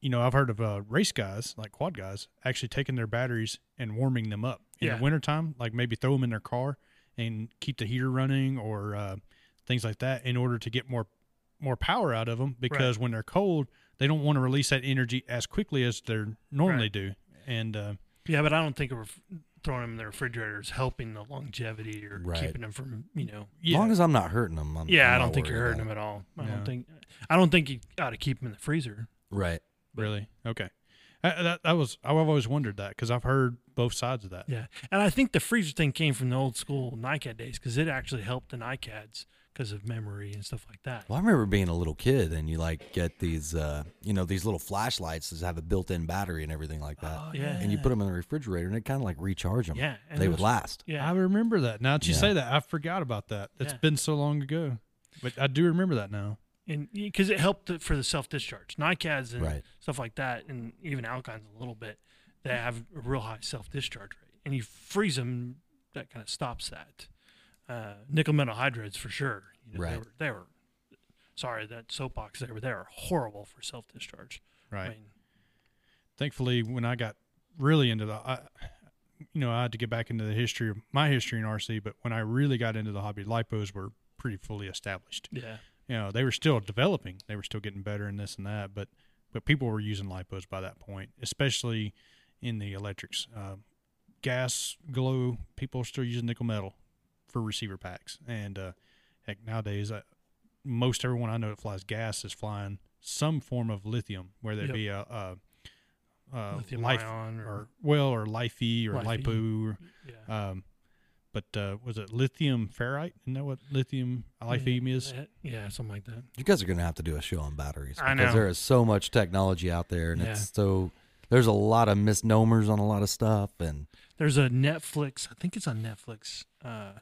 you know I've heard of uh, race guys like quad guys actually taking their batteries and warming them up in Yeah. the wintertime, like maybe throw them in their car and keep the heater running or uh, things like that in order to get more more power out of them because when they're cold they don't want to release that energy as quickly as they normally Right. do and uh, Yeah, but I don't think a ref- throwing them in the refrigerator is helping the longevity or Right. keeping them from you know. yeah, As long as I'm not hurting them. I'm, Yeah, I'm I not don't think worried you're hurting about them at all. I No. don't think. I don't think you ought to keep them in the freezer. it. Right. Really? Okay. I, that, that was I've always wondered that because I've heard both sides of that. Yeah, and I think the freezer thing came from the old school NICAD days because it actually helped the NICADs because of memory and stuff like that. Well, I remember being a little kid and you like get these, uh, you know, these little flashlights that have a built-in battery and everything like that. Oh, yeah. And you put them in the refrigerator and it kind of like recharge them. Yeah, and They it would was- last. I Yeah, remember that. Now that you Yeah. say that, I forgot about that. It's Yeah. been so long ago, but I do remember that now. and because it helped it for the self discharge, NICADs and Right. stuff like that, and even alkynes a little bit, they have a real high self discharge rate, and you freeze them, that kind of stops that. Uh, nickel metal hydrides for sure. You Right. They were, they were sorry that soapbox there, but they were horrible for self discharge. Right. I mean, Thankfully, when I got really into the, I, you know, I had to get back into the history of my history in RC. But when I really got into the hobby, lipos were pretty fully established. yeah. You know, they were still developing. They were still getting better and this and that. But but people were using lipos by that point, especially in the electrics. Uh, gas, glow, people are still using nickel metal for receiver packs. And uh, heck, nowadays, I, most everyone I know that flies gas is flying some form of lithium, whether it Yep. be a, a, a Lithium Uh, life ion or- or well or life or Life-E. lipo. Yeah. Or, um, but uh, was it lithium ferrite? Isn't that what lithium Mm-hmm. life is? Yeah, yeah, something like that. You guys are going to have to do a show on batteries I because know. there is so much technology out there and Yeah. it's so there's a lot of misnomers on a lot of stuff and There's a Netflix. I think it's on Netflix. Uh,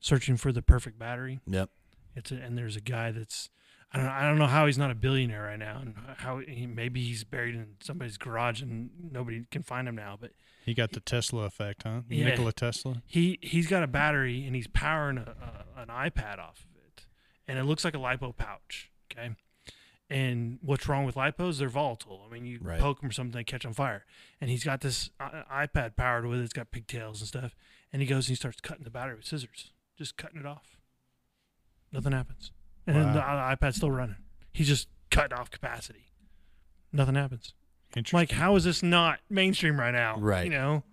searching for the perfect battery. yep. It's a, and there's a guy that's I don't I don't know how he's not a billionaire right now and how he, maybe he's buried in somebody's garage and nobody can find him now. But He got the Tesla effect, huh? Yeah. Nikola Tesla. he he's got a battery and he's powering a, a, an iPad off of it, and it looks like a lipo pouch. Okay. And what's wrong with lipos? They're volatile. I mean, you poke 'em Right. poke them or something, they catch on fire. And he's got this I- iPad powered with it. It's got pigtails and stuff. And he goes and he starts cutting the battery with scissors, just cutting it off. Nothing happens. And then the i- iPad's still running. He's just cutting off capacity. Nothing happens. Interesting. Like, how is this not mainstream right now? Right. You know,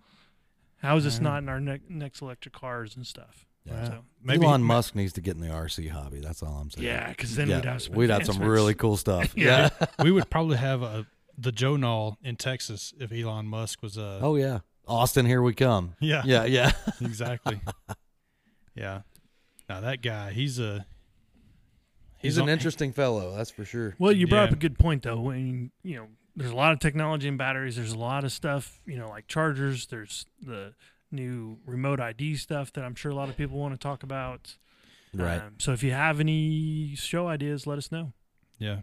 how is this Yeah. not in our ne- next electric cars and stuff? Yeah. So, Maybe Elon Musk needs to get in the RC hobby. That's all I'm saying. yeah, because then Yeah, we'd have some we'd have some advancements. really cool stuff. Yeah. we would probably have a the Joe Knoll in Texas if Elon Musk was uh Oh yeah. Austin, here we come. Yeah. Yeah. Yeah. exactly. yeah. Now that guy, he's a He's on- an interesting fellow, that's for sure. Well, you brought up Yeah. a good point though. And you know, there's a lot of technology in batteries. There's a lot of stuff. You know, like chargers. There's the new remote ID stuff that I'm sure a lot of people want to talk about. Right. Um, so if you have any show ideas, let us know. Yeah.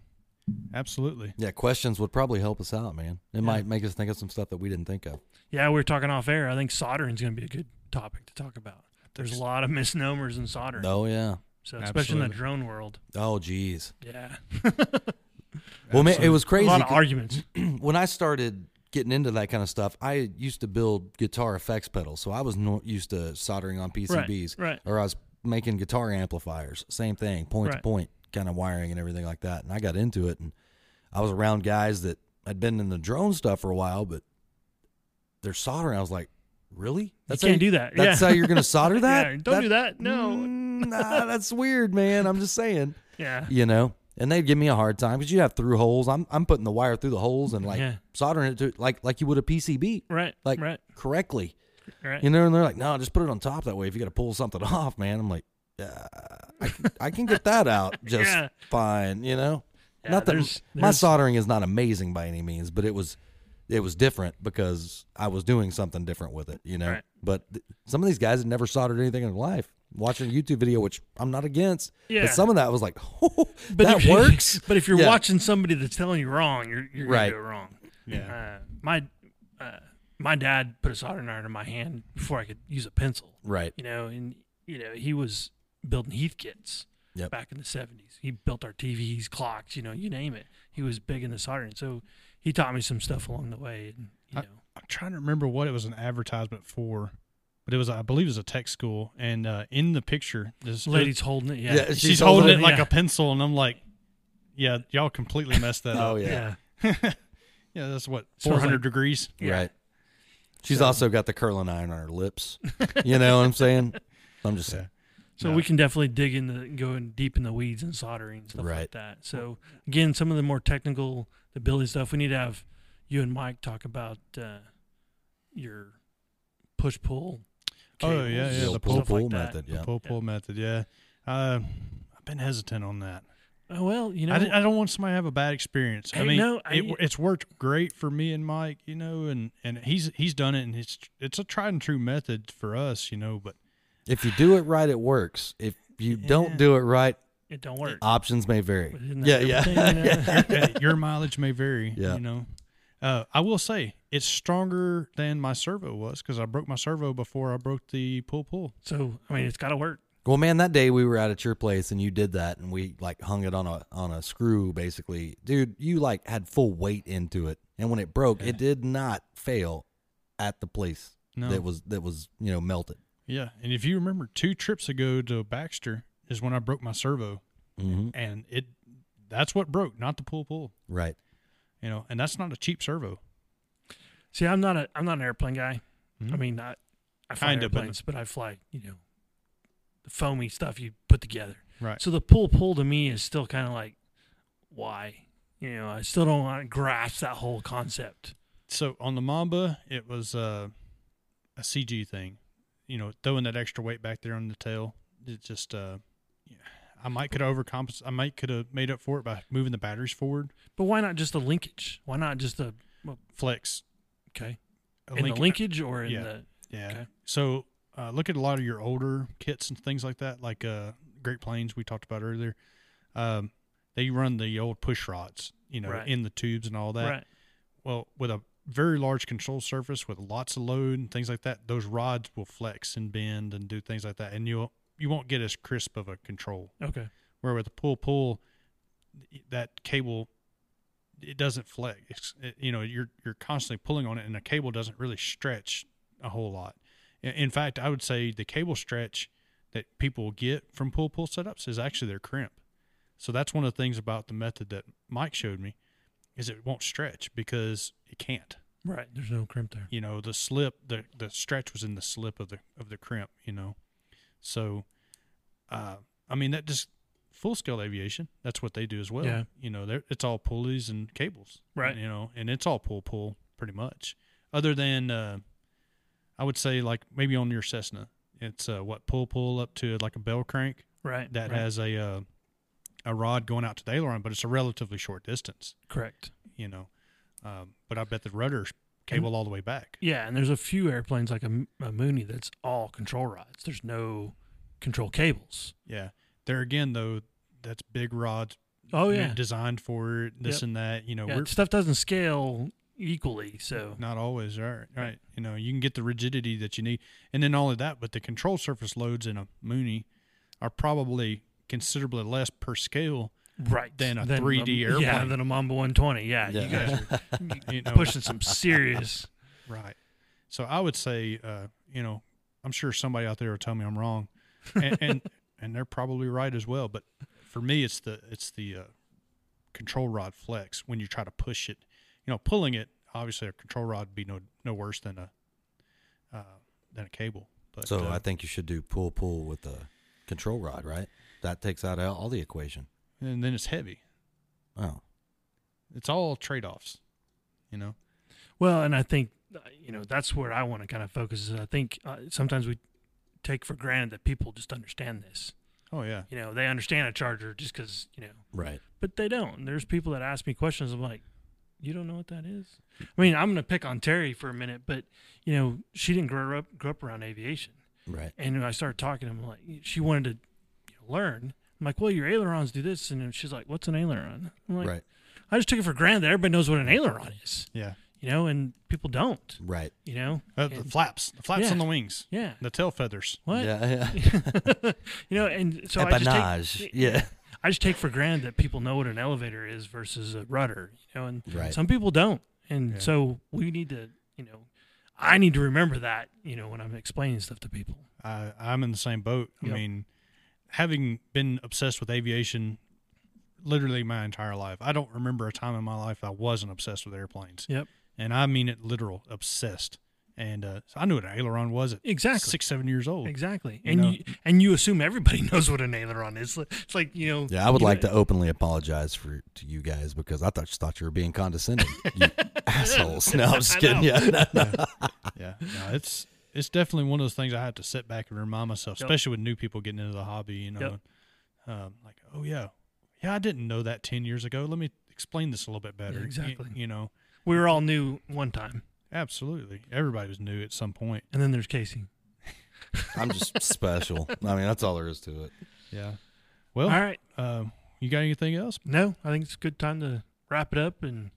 Absolutely. Yeah, questions would probably help us out, man. It might make us think of some stuff that we didn't think of. Yeah, we were talking off air. I think soldering's going to be a good topic to talk about. There's a lot of misnomers in soldering. Oh yeah. So especially in Absolutely. the drone world. Oh geez. Yeah. Well, man, Absolutely. it was a crazy. lot of 'cause- arguments. when I started getting into that kind of stuff, I used to build guitar effects pedals. So I was no, used to soldering on PCBs, right. Or I was making guitar amplifiers. Same thing, point to Right. point kind of wiring and everything like that. And I got into it, and I was around guys that had been in the drone stuff for a while, but they're soldering. I was like, really? can't how do that. That's Yeah. how you're going to solder that? Yeah, don't do that. No. Mm, nah, that's weird, man. I'm just saying Yeah. you know. And they'd give me a hard time because you have through holes. I'm I'm putting the wire through the holes and like Yeah. soldering it to like like you would a PCB, Right. like right. correctly, Right. you know. And they're like, no, just put it on top that way. If you got to pull something off, man, I'm like, yeah, I can, I can get that out just Yeah. fine, you know. Yeah, Nothing. there's- my there's- soldering is not amazing by any means, but it was it was different because I was doing something different with it, you know. Right. But th- some of these guys had never soldered anything in their life. Watching a YouTube video, which I'm not against, Yeah. but some of that was like, oh, But that if you- works. But if you're Yeah. watching somebody that's telling you wrong, you're you're Right. gonna do it wrong. Yeah. Uh, my uh, my dad put a soldering iron in my hand before I could use a pencil. Right. You know, and you know he was building Heath kits, Yep. back in the 70s. He built our TVs, clocks, you know, you name it. He was big in this audience. So he taught me some stuff along the way. And, you I- know, I'm trying to remember what it was an advertisement for, but it was I believe it was a tech school, and uh, in the picture, this ladies holding it. Yeah. Yeah, she's, holding, it like yeah. a pencil, and I'm like, yeah, y'all completely messed that Oh up. yeah. yeah. Yeah, that's what Smells 400 like- degrees. Yeah. Right. She's also got the curling iron on her lips. You know what I'm saying? I'm just saying. So No. we can definitely dig into going deep in the weeds and soldering and stuff Right. like that. So again, some of the more technical, the Billy stuff, we need to have you and Mike talk about uh, your push pull. Oh, yeah, yeah, the pull stuff pull method. The Yeah. pull pull method. Yeah, uh, I've been hesitant on that. Oh well, you know, I, di- I don't want somebody to have a bad experience. I Hey, mean, no, I- it, it's worked great for me and Mike, you know, and, and he's he's done it, and it's it's a tried and true method for us, you know. But If you do it right, it works. If you don't do it right, it don't work. options may vary. Isn't Yeah, that everything, you yeah. know? uh, your mileage may vary, Yeah. you know. Uh, I will say it's stronger than my servo was because I broke my servo before I broke the pull pull. so I mean, it's got to work. Well, man, that day we were out at your place and you did that, and we like hung it on a on a screw, basically, dude. You like had full weight into it, and when it broke, it did not fail at the place No, that was that was you know melted. yeah. And if you remember, two trips ago to Baxter is when I broke my servo, Mm-hmm. and it that's what broke, not the pull pull. Right. You know, and that's not a cheap servo. See, I'm not a I'm not an airplane guy. I Mhm. mean, I I fly Kinda, but- airplanes, but I fly you know the foamy stuff you put together. Right. So the pull pull to me is still kind of like why you know I still don't want to grasp that whole concept. so on the Mamba, it was uh, a CG thing. You know, throwing that extra weight back there on the tail. It just, uh, yeah. I might could have overcompensate. I might could have made up for it by moving the batteries forward. But why not just the linkage? Why not just the Flex. okay A in link- the linkage or in yeah. the Yeah. Okay. So uh, look at a lot of your older kits and things like that, like uh, Great Plains we talked about earlier. Um, they run the old push rods, you know, Right. in the tubes and all that. right? well with a very large control surface with lots of load and things like that those rods will flex and bend and do things like that and you'll you won't get as crisp of a control Okay, where with a pull pull that cable it doesn't flex It's- it- you know you're you're constantly pulling on it and the cable doesn't really stretch a whole lot in, in fact i would say the cable stretch that people get from pull pull setups is actually their crimp so that's one of the things about the method that mike showed me is it won't stretch because it can't right. There's no crimp there. you know the slip the the stretch was in the slip of the of the crimp you know so uh i mean that just full scale aviation that's what they do as well Yeah. you know they're- it's all pulleys and cables Right. you know and it's all pull pull pretty much other than uh i would say like maybe on your cessna it's uh what pull pull up to like a bell crank Right. that right. has a uh a rod going out to the aileron but it's a relatively short distance correct. you know um, but i bet the rudder's cable all the way back Yeah, and there's a few airplanes like a, M- a Mooney that's all control rods. There's no control cables. Yeah. There again, though, that's big rods. Oh you know, yeah, Designed for it, this Yep. and that. You know, Yeah, we're stuff doesn't scale equally. So not always right. Right. You know, you can get the rigidity that you need, and then all of that. But the control surface loads in a Mooney are probably considerably less per scale. right Than a 3D um, yeah, airplane. than a Mamba 120. Yeah, you Yeah. guys are You know, pushing some serious. Right. So I would say, uh, you know, I'm sure somebody out there will tell me I'm wrong, and and, and they're probably right as well. But for me, it's the it's the uh, control rod flex when you try to push it. You know, pulling it obviously a control rod would be no no worse than a uh, than a cable. But So uh, I think you should do pull pull with the control rod, right? That takes out all all the equation. and then it's heavy. Oh, It's all trade offs. You know. Well, and I think uh, you know that's where I want to kind of focus. Is I think uh, sometimes we take for granted that people just understand this. Oh yeah. You know, they understand a charger just because you know right. but they don't. There's people that ask me questions. I'm like, you don't know what that is. I mean, I'm gonna pick on Terry for a minute, but you know, she didn't grow up grow up around aviation, Right. and when I started talking to him, like she wanted to you know, learn. I'm like, well, your ailerons do this, and then she's like, what's an aileron? I'm like, right. I just took it for granted that everybody knows what an aileron is. Yeah. you know, and people don't, Right. you know. Uh, the And- flaps, the flaps Yeah. on the wings, yeah. the tail feathers. What? Yeah. yeah. you know, and so I just, Empennage. take, yeah. I just take for granted that people know what an elevator is versus a rudder, you know, and Right. some people don't. And Yeah. so we need to, you know, I need to remember that, you know, when I'm explaining stuff to people. I, I'm in the same boat. I Yep. mean, having been obsessed with aviation literally my entire life, I don't remember a time in my life I wasn't obsessed with airplanes. Yep. And I mean it literal, obsessed. And uh, so I knew what an aileron was at Exactly. six, seven years old. Exactly. You and know. you and you assume everybody knows what an aileron is. It's like, you know, Yeah, I would you like know, to openly apologize for to you guys because I thought just thought you were being condescending, you assholes. No, I'm just I know. kidding. Yeah, no, no. Yeah, no, it's it's definitely one of those things I had to sit back and remind myself, Yep. especially with new people getting into the hobby. You know, Yep. um, like oh yeah, yeah, I didn't know that ten years ago. Let me explain this a little bit better. Y- exactly. You, know, we were all new one time. absolutely. Everybody was new at some point. And then there's Casey. I'm just special. I mean, that's all there is to it. Yeah. Oh. Well, All right. uh, you got anything else? No, I think it's a good time to wrap it up and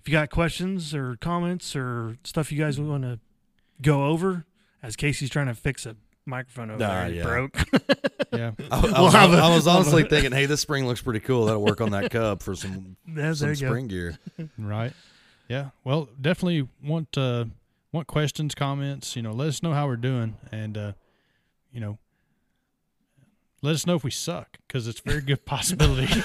if you got questions or comments or stuff you guys want to go over as Casey's trying to fix a microphone over Ah, there he yeah. broke. Yeah. I, I We'll was, have a- I was we'll have honestly a- thinking, hey, this spring looks pretty cool. That'll work on that cub for some, there some you go. spring gear. right. Yeah. Well, definitely want uh, want questions, comments. You know, let us know how we're doing, and uh, you know, let us know if we suck because it's a very good possibility.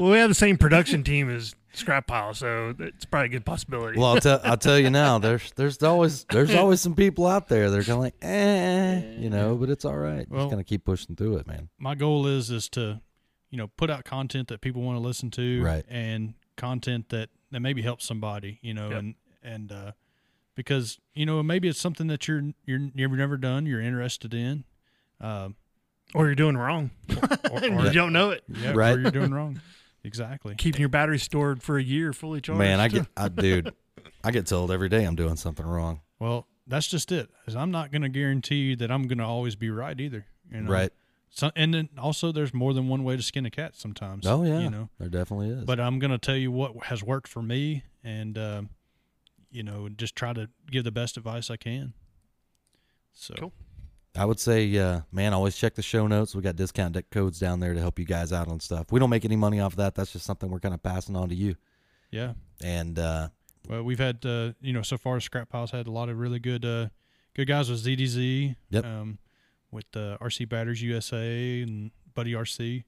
well, we have the same production team as Scrap Pile, so it's probably a good possibility. Well, I'll, tell I'll tell you now. There's there's always there's always some people out there. They're kind of like, eh, you know, but it's all right. Well- just kind of keep pushing through it, man. my goal is is to you know put out content that people want to listen to Right. and content that that maybe helps somebody you know Yep. and and uh because you know maybe it's something that you're you're you've never done you're interested in um or you're doing wrong. or, and or- you don't know it. yeah, Right. or you're doing wrong exactly Keeping your battery stored for a year fully charged. Man, I get, I dude, I get told every day I'm doing something wrong. well that's just it is i'm not going to guarantee you that i'm going to always be right either you know Right? so, and then also there's more than one way to skin a cat sometimes Oh yeah, you know there definitely is. but I'm going to tell you what has worked for me and, um, you know, just try to give the best advice I can. So, Cool. I would say, uh, man, always check the show notes. We got discount deck codes down there to help you guys out on stuff. We don't make any money off of that. That's just something we're kind of passing on to you. yeah. And uh, Well, we've had, uh, you know, so far Scrap Pile's had a lot of really good, uh, good guys with ZDZ. Yep. Um, with uh, RC Batters USA and Buddy RC,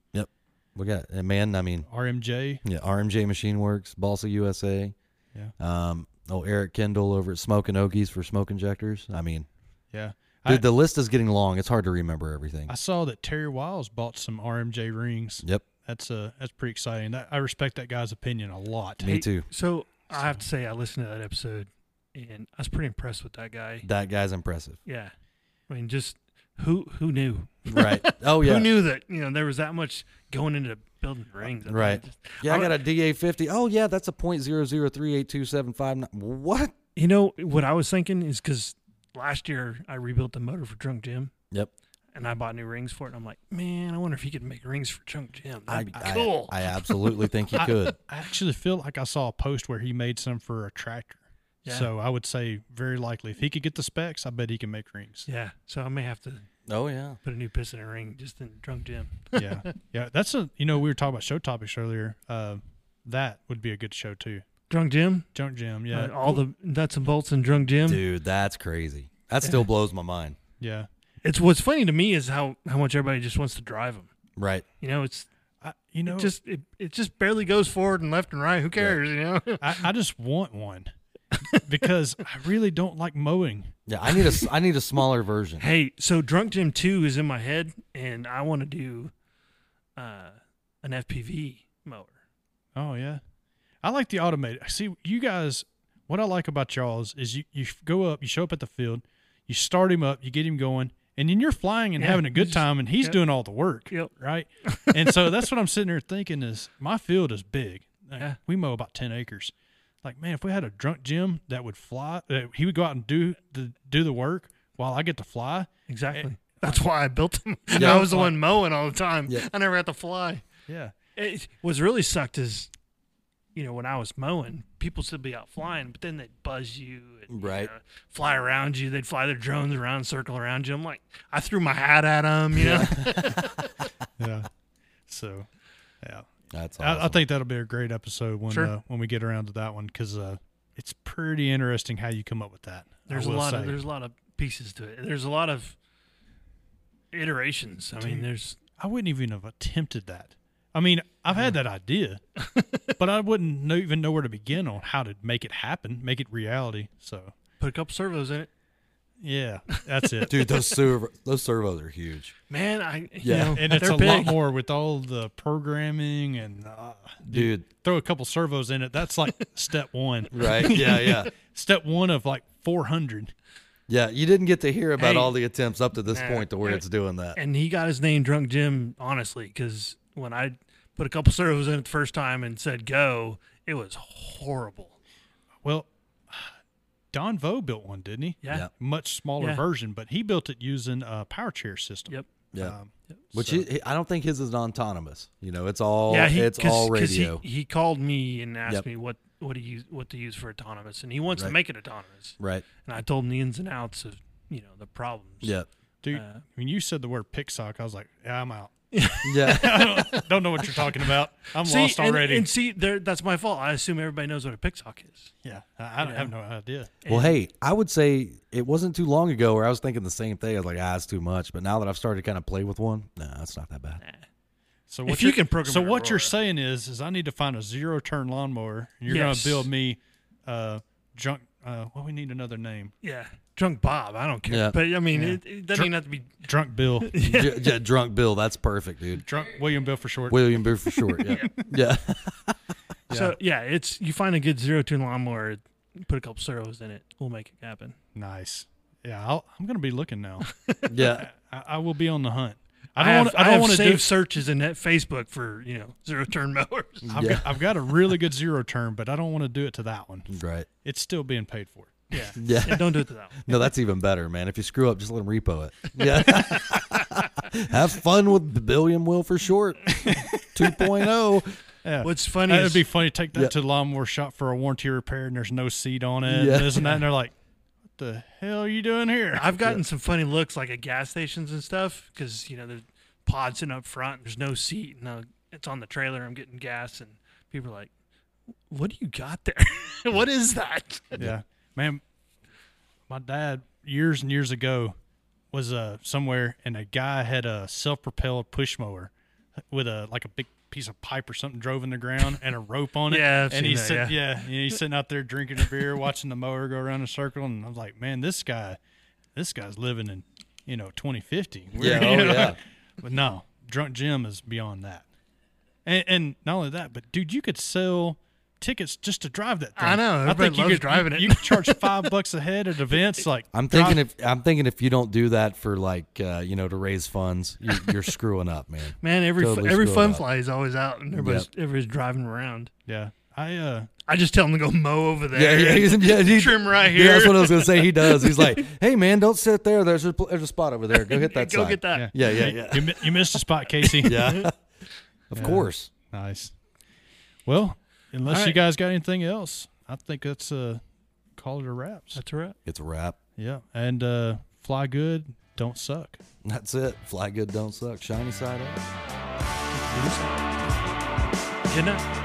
we got, and man, I mean, RMJ. yeah, RMJ Machine Works, Balsa USA. Yeah. Um, oh, Eric Kendall over at Smoking Okies for smoke injectors. I mean, Yeah. I- dude, the list is getting long. It's hard to remember everything. I saw that Terry Wiles bought some RMJ rings. yep. That's uh, that's pretty exciting. That, I respect that guy's opinion a lot. Me too. So I have to say, I listened to that episode, and I was pretty impressed with that guy. That guy's impressive. Yeah, I mean, just who who knew? Right. Oh, yeah. Who knew that you know there was that much going into building rings? I mean, Right. just- Yeah, I I'm- got a DA50. Oh, yeah, that's a .0038275. What? You know what I was thinking is because last year I rebuilt the motor for Drunk Jim. Yep. And I bought new rings for it. And I'm like, man, I wonder if he could make rings for Drunk Jim. That'd I, be I- cool. I absolutely think you I- could. I actually feel like I saw a post where he made some for a tractor. Yeah. So I would say very likely if he could get the specs, I bet he can make rings. yeah. So I may have to Oh yeah. put a new piston in a ring just in Drunk Jim. Yeah. yeah. That's a you know, we were talking about show topics earlier. Uh, that would be a good show too. Drunk Jim. Junk Jim, yeah. Yeah. all the nuts and bolts in Drunk Jim. Dude, that's crazy. That still blows my mind. yeah. It's what's funny to me is how how much everybody just wants to drive them. Right. You know, it's I, you know it just it, it just barely goes forward and left and right. Who cares? You know. I, I just want one because I really don't like mowing. Yeah, I need a s- I need a smaller version. hey, so Drunk Jim Two is in my head, and I want to do uh, an FPV mower. Oh yeah. I like the automated. See, you guys, what I like about y'all's is you, you go up, you show up at the field, you start him up, you get him going, and then you're flying and Yeah, having a good he's- time, and he's yep. doing all the work, Yep. right? and so that's what I'm sitting there thinking is my field is big. Like, Yeah. We mow about ten acres. Like man, if we had a drunk Jim that would fly, uh, he would go out and do the do the work while I get to fly. Exactly. Eh, That's why I built them. Yeah. I was the one mowing all the time. Yeah. I never had to fly. Yeah, It, what's really sucked is you know, when I was mowing, people still be out flying, but then they'd buzz you and you Right. know, fly around you. They'd fly their drones around, circle around you. I'm like, I threw my hat at them, you know. yeah. So, yeah, That's awesome. I, I think that'll be a great episode when Sure. uh, when we get around to that one because uh, it's pretty interesting how you come up with that. I There's a will lot of say. there's a lot of pieces to it. There's a lot of iterations. I mean, there's I wouldn't even have attempted that. I mean, I've had that idea, but I wouldn't know, even know where to begin on how to make it happen, make it reality. So, put a couple servos in it. yeah, that's it. dude, those servo, those servos are huge. Man, I you Yeah. know, and it's they're a big. lot more with all the programming and uh, Dude, throw a couple servos in it. That's like step one. right? Yeah, yeah. Step one of like 400. Yeah, you didn't get to hear about Hey. all the attempts up to this point to where Yeah. it's doing that. and he got his name drunk jim honestly because when i put a couple servos in it the first time and said go it was horrible Well, Don Vo built one, didn't he? yeah Yeah. Much smaller Yeah. version, but he built it using a power chair system. yep Yeah. Um, Which so- he- he- I don't think his is autonomous. You know, it's all yeah it's all he- radio. he, called me and asked Yep. me what what to use what to use for autonomous and he wants Right. to make it autonomous right. and i told him the ins and outs of you know the problems Yeah. Dude, Uh, when you said the word pick sock, I was like, yeah, I'm out. Yeah. I don't, don't know what you're talking about. I'm See, lost and- already. And, see, there, that's my fault. I assume everybody knows what a picksock is. yeah, I, I don't have no idea. well, hey, I would say it wasn't too long ago where I was thinking the same thing. I was like, ah, it's too much. But now that I've started to kind of play with one, nah, it's not that bad. So If what you you're- can program so an what you're Aurora. saying is, is I need to find a zero turn lawnmower, and you're Yes. going to build me, uh, junk. Uh, well, we need another name. Yeah, drunk Bob. I don't care, Yeah. but I mean, Yeah. it, it doesn't Drunk- even have to be. Drunk Bill, Yeah. yeah, drunk Bill, that's perfect, dude. drunk William Bill for short. William Bill for short. Yeah. yeah. So yeah, it's you find a good zero tune lawnmower, put a couple servos in it, we'll make it happen. nice. Yeah, I'll, I'm going to be looking now. Yeah. I, I will be on the hunt. I I don't. have, wanna, I don't want to save do. searches in that Facebook for you know zero turn mowers. I've, Yeah. got, I've got a really good zero turn, but I don't want to do it to that one. Right. It's still being paid for. Yeah, Yeah. And don't do it to that one. No, that's even better, man. If you screw up, just let him repo it. Yeah. Have fun with Billiam Will for short. oh. 2.0. Yeah. What's funny That'd is be funny. Take that Yeah. to the lawnmower shop for a warranty repair, and there's no seat on it. Yeah. And this and that, and they're like, "What the hell are you doing here?" I've gotten some funny looks like at gas stations and stuff because you know there's pods sitting up front. There's no seat, and uh, it's on the trailer. I'm getting gas, and people are like, "What do you got there? what is that?" yeah, man. My dad years and years ago was uh somewhere, and a guy had a self-propelled push mower with a like a big piece of pipe or something drove in the ground and a rope on it. Yeah, I've and seen he's that, sit- yeah, and he's sitting out there drinking a beer, watching the mower go around in a circle, and I'm like, man, this guy, this guy's living in you know 2050. We're- Yeah, oh, you know? yeah. But no, drunk Jim is beyond that. And, and not only that, but dude, you could sell tickets just to drive that thing. I know, everybody you loves could, driving you, it. You could charge five bucks a head at events. Like I'm drive- thinking if I'm thinking if you don't do that for like uh, you know to raise funds, you're, you're screwing up, man. Man, every Totally every screwed fun up. fly is always out, and everybody's everybody's driving around. yeah, I uh, I just tell them to go mow over there. Yeah, yeah, he's, yeah, he- Trim right Yeah, that's here. what I was gonna say. He does. He's like, hey man, don't sit there. There's a pl- there's a spot over there. Go hit that go sign. get that. yeah, Yeah, yeah, yeah. You, mi- you missed a spot, Casey. Yeah, of course. nice. Well, unless All you right. guys got anything else, I think that's uh, call it a wraps. That's a wrap. It's a wrap. Yeah, and uh, fly good, don't suck. That's it. Fly good, don't suck. Shiny side up. Good night.